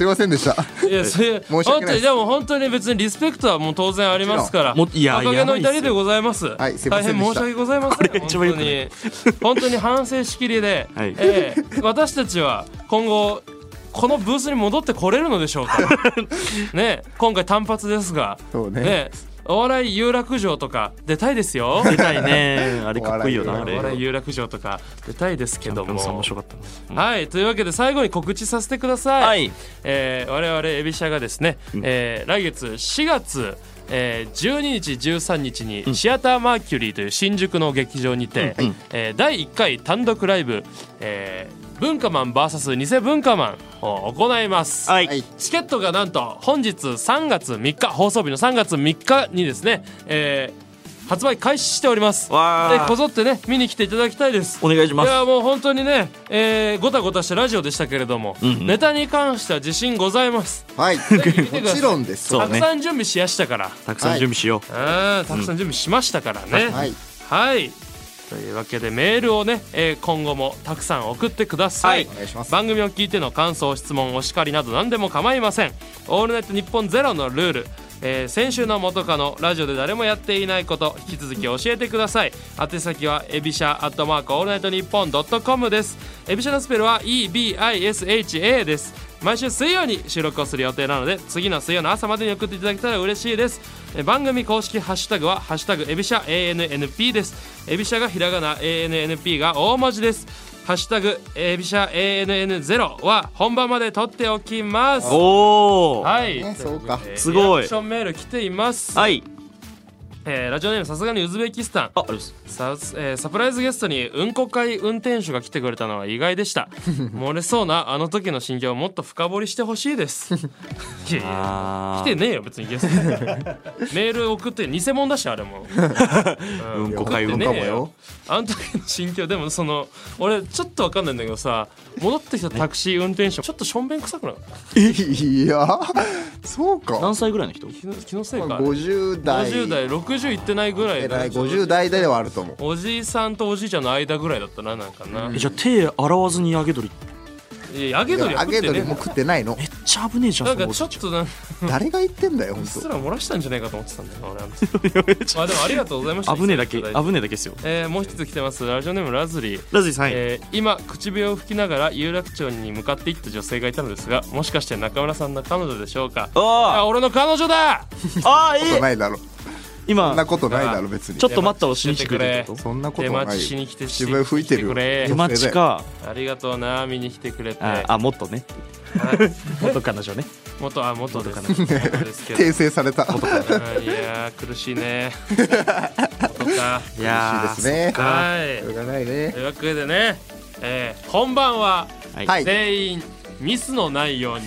D: いません
B: [LAUGHS]
D: でした
B: いやそれ
D: 申し
B: 本当
D: 訳ない
B: に
D: です
B: でも本当に別にリスペクトはもう当然ありますから
C: もちろんもい
B: おかげの
C: ややばいっ
B: 至
C: すよ
B: りでございます
D: はいすいま
B: 大
D: せん
B: 変申し
D: でし
B: た訳ございません
C: れ一番良
B: 本当
C: くな
B: に本当に反省しきりで、
C: はい
B: ええ私たちは今後このブースに戻ってこれるのでしょう
D: [LAUGHS]
B: かねえ今回単発ですが
D: そうね
B: ねえお笑い有楽城とか出たいですよ
C: 夫出たいねあれかっこいいよ
D: お
C: なあ
B: お
C: れ
B: 笑い有楽城とか出たいですけど
C: でもさ
B: も
C: 面白かったな
B: はいというわけで最後に告知させてください、
C: はい
B: えー我々エビシャがですね、えー来月4月えー12日13日にシアターマーキュリーという新宿の劇場にて、えー第1回単独ライブ「えー文化マン VS 偽文化マン」を行います、
C: はい
D: はい
B: チケットがなんと本日3月3日放送日の3月3日にですね、えー発売開始しておりますで
C: わー
B: こぞってね見に来ていただきたいです
C: お願いしま
B: い
C: す
B: やもう本当にね、えー、ごたごたしたラジオでしたけれども、ネタに関しては自信ございます
D: はい
B: てください
D: もちろんです
C: そう
B: た
C: ね
B: くさん準備しやしたから
C: たくさん準備しよう
B: うんたくさん準備しましたからね、
D: はい
B: はいというわけでメールをね、えー今後もたくさん送ってください,、
D: はいお願いします
B: 番組を聞いての感想質問お叱りなど何でも構いません「オールナイトニッポンゼロのルール、えー先週の元カノラジオで誰もやっていないこと引き続き教えてください宛先はエビシャアットマークオールナイトニッポンドットコムですエビシャのスペルは EBISHA です毎週水曜に収録をする予定なので次の水曜の朝までに送っていただけたら嬉しいですえー番組公式ハッシュタグは「ハッシュタグエビシャ ANNP」ですエビシャがひらがな ANNP が大文字ですハッシュタグエビシャ ANN0 は本番まで取っておきます
C: おお
B: はい、
D: ねそうか
B: えー
C: すご
B: リ
C: い
B: アクションメール来ています、
C: はい
B: えーラジオネームさすがにウズベキスタン
C: あありがとうございます
B: サ,、えーサプライズゲストにうんこ会運転手が来てくれたのは意外でした
C: [LAUGHS]
B: 漏れそうなあの時の心境をもっと深掘りしてほしいです
C: [LAUGHS]
B: いやいや
C: あ
B: 来て
C: ー
B: ねえよ別にゲスト
C: [LAUGHS]
B: メール送って偽物だしあれも
C: うんこ会
B: 送
C: 運
B: って
C: 動
B: ね
D: かも
B: え
D: よ
B: あの時の心境でもその俺ちょっとわかんないんだけどさ戻ってきたタクシー運転手ちょっとしょんべん臭くなる
D: いやそうか
C: 何歳ぐらいの人
B: 気の気のせいかあれ
D: 50代
B: 50代60いってないぐらいだ
D: 偉
B: ね
D: い50代ではあると思う
B: おじいさんとおじいちゃんの間ぐらいだったななんかな、
C: えじゃあ手洗わずに揚げ鳥
B: いや揚げ
D: いや
B: 鳥は食
D: 揚
B: っ
D: げ
B: て
D: 鳥
B: ね
D: も食ってないの
C: めっちゃ危ねえじゃん
B: なんか
C: そのおじ
B: ちょっとなんか
D: 誰が言ってんだよ
B: う
D: 本
B: っすら漏らしたんじゃないかと思ってたんだよな俺
C: [LAUGHS]
B: はまあでもありがとうございました
C: 危ねえだけ
B: いた
C: 危
B: だいて
C: ねえだけですよ
B: えーもう一つ来てますラジオネームラズリー
C: ラズリーさんはい
B: えー今口笛を吹きながら有楽町に向かっていった女性がいたのですがもしかして中村さんの彼女でしょうか
C: あ
B: あ俺の彼女だ
C: ーあー
D: 当
C: え
D: ないだろそんな
C: 今
D: ことないだろ別に
C: ちょっと待ったをしに来てくれ
B: 出てく
D: そんなこ
B: 手
D: とはな
B: 待ち
D: い
B: し
D: よ
B: に来て
D: 口笛吹いてるよ
B: 来くれ
C: 手待ちか
B: ありがとうな見に来てくれて
C: ああもっとね
B: はい
C: 元彼女ね
B: 元あ元です元ですけど
D: 訂正された
B: うんいやー苦しいね。とか。
C: い
D: 嬉
C: や
D: しいですね
B: はい
D: そ。れがないね
B: というわけでね、えー本番は
D: はい
B: 全員ミスのない
C: [LAUGHS]
B: ように、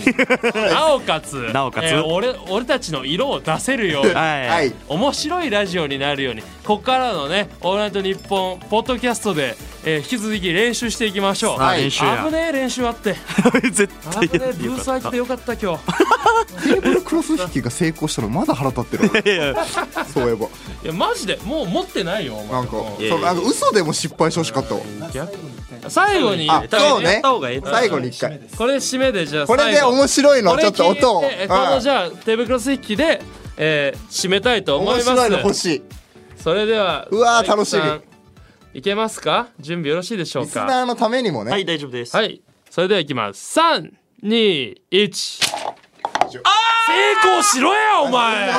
B: なおかつ、
C: なおかつ
B: えー俺俺たちの色を出せるように。
C: [LAUGHS] はい
D: は
C: はいい
B: 面白いラジオになるようにここからのね「オールナイトニッポン」ポッドキャストで、えー引き続き練習していきましょう、
C: あ
D: はい
C: 練習や
B: 危ねえ練習あって
C: [LAUGHS] 絶
B: 危
C: 対
B: ねえ
C: やって
B: ブ
C: よ
B: ー
C: か
B: ス開
C: っ
B: いて
C: た
B: てよかった今日
D: テーブルクロス引きが成功したのまだ腹立ってる
C: いやいや
D: そういえば
B: いやマジでもう持ってないよお前
D: なんか
B: もう
D: そのなんか嘘でも失敗してほしかったわ
B: 最後に
D: あそう
C: やっ
D: ね
C: た方がええ
D: 最後に一回
B: これ締めでじゃあ
D: これで面白いのちょっと音を
B: これ聞いてえこの
D: うん
B: じゃあ手袋スイッチで、えー締めたいと思い
D: 面
B: ます
D: 白いの欲しい
B: それでは
D: うわー
B: 大吉さん
D: 楽し
B: いけますか準備よろしいでしょう
D: リス
B: か
D: ナーのためにもね、
C: はい大丈夫です
B: はいそれではいきます321成功しろやお前
D: ね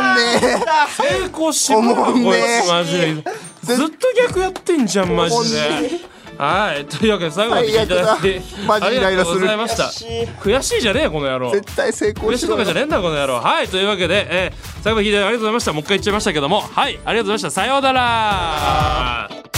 B: 成功しろよ
D: おもんね
B: こいつマジでずっと逆やってんじゃんマジではいというわけで最後まで聞いていただき
D: 最悪だマジイラ
B: あり
D: イラする
B: がとうございました悔しいじゃねえよこの野郎
D: 絶対成功
B: 嬉し
D: し
B: いと
D: ろ
B: かじゃね
D: よ
B: えんだこの野郎はいというわけで、えー最後まで聞いてありがとうございましたもう一回言っちゃいましたけどもはいありがとうございましたさようなら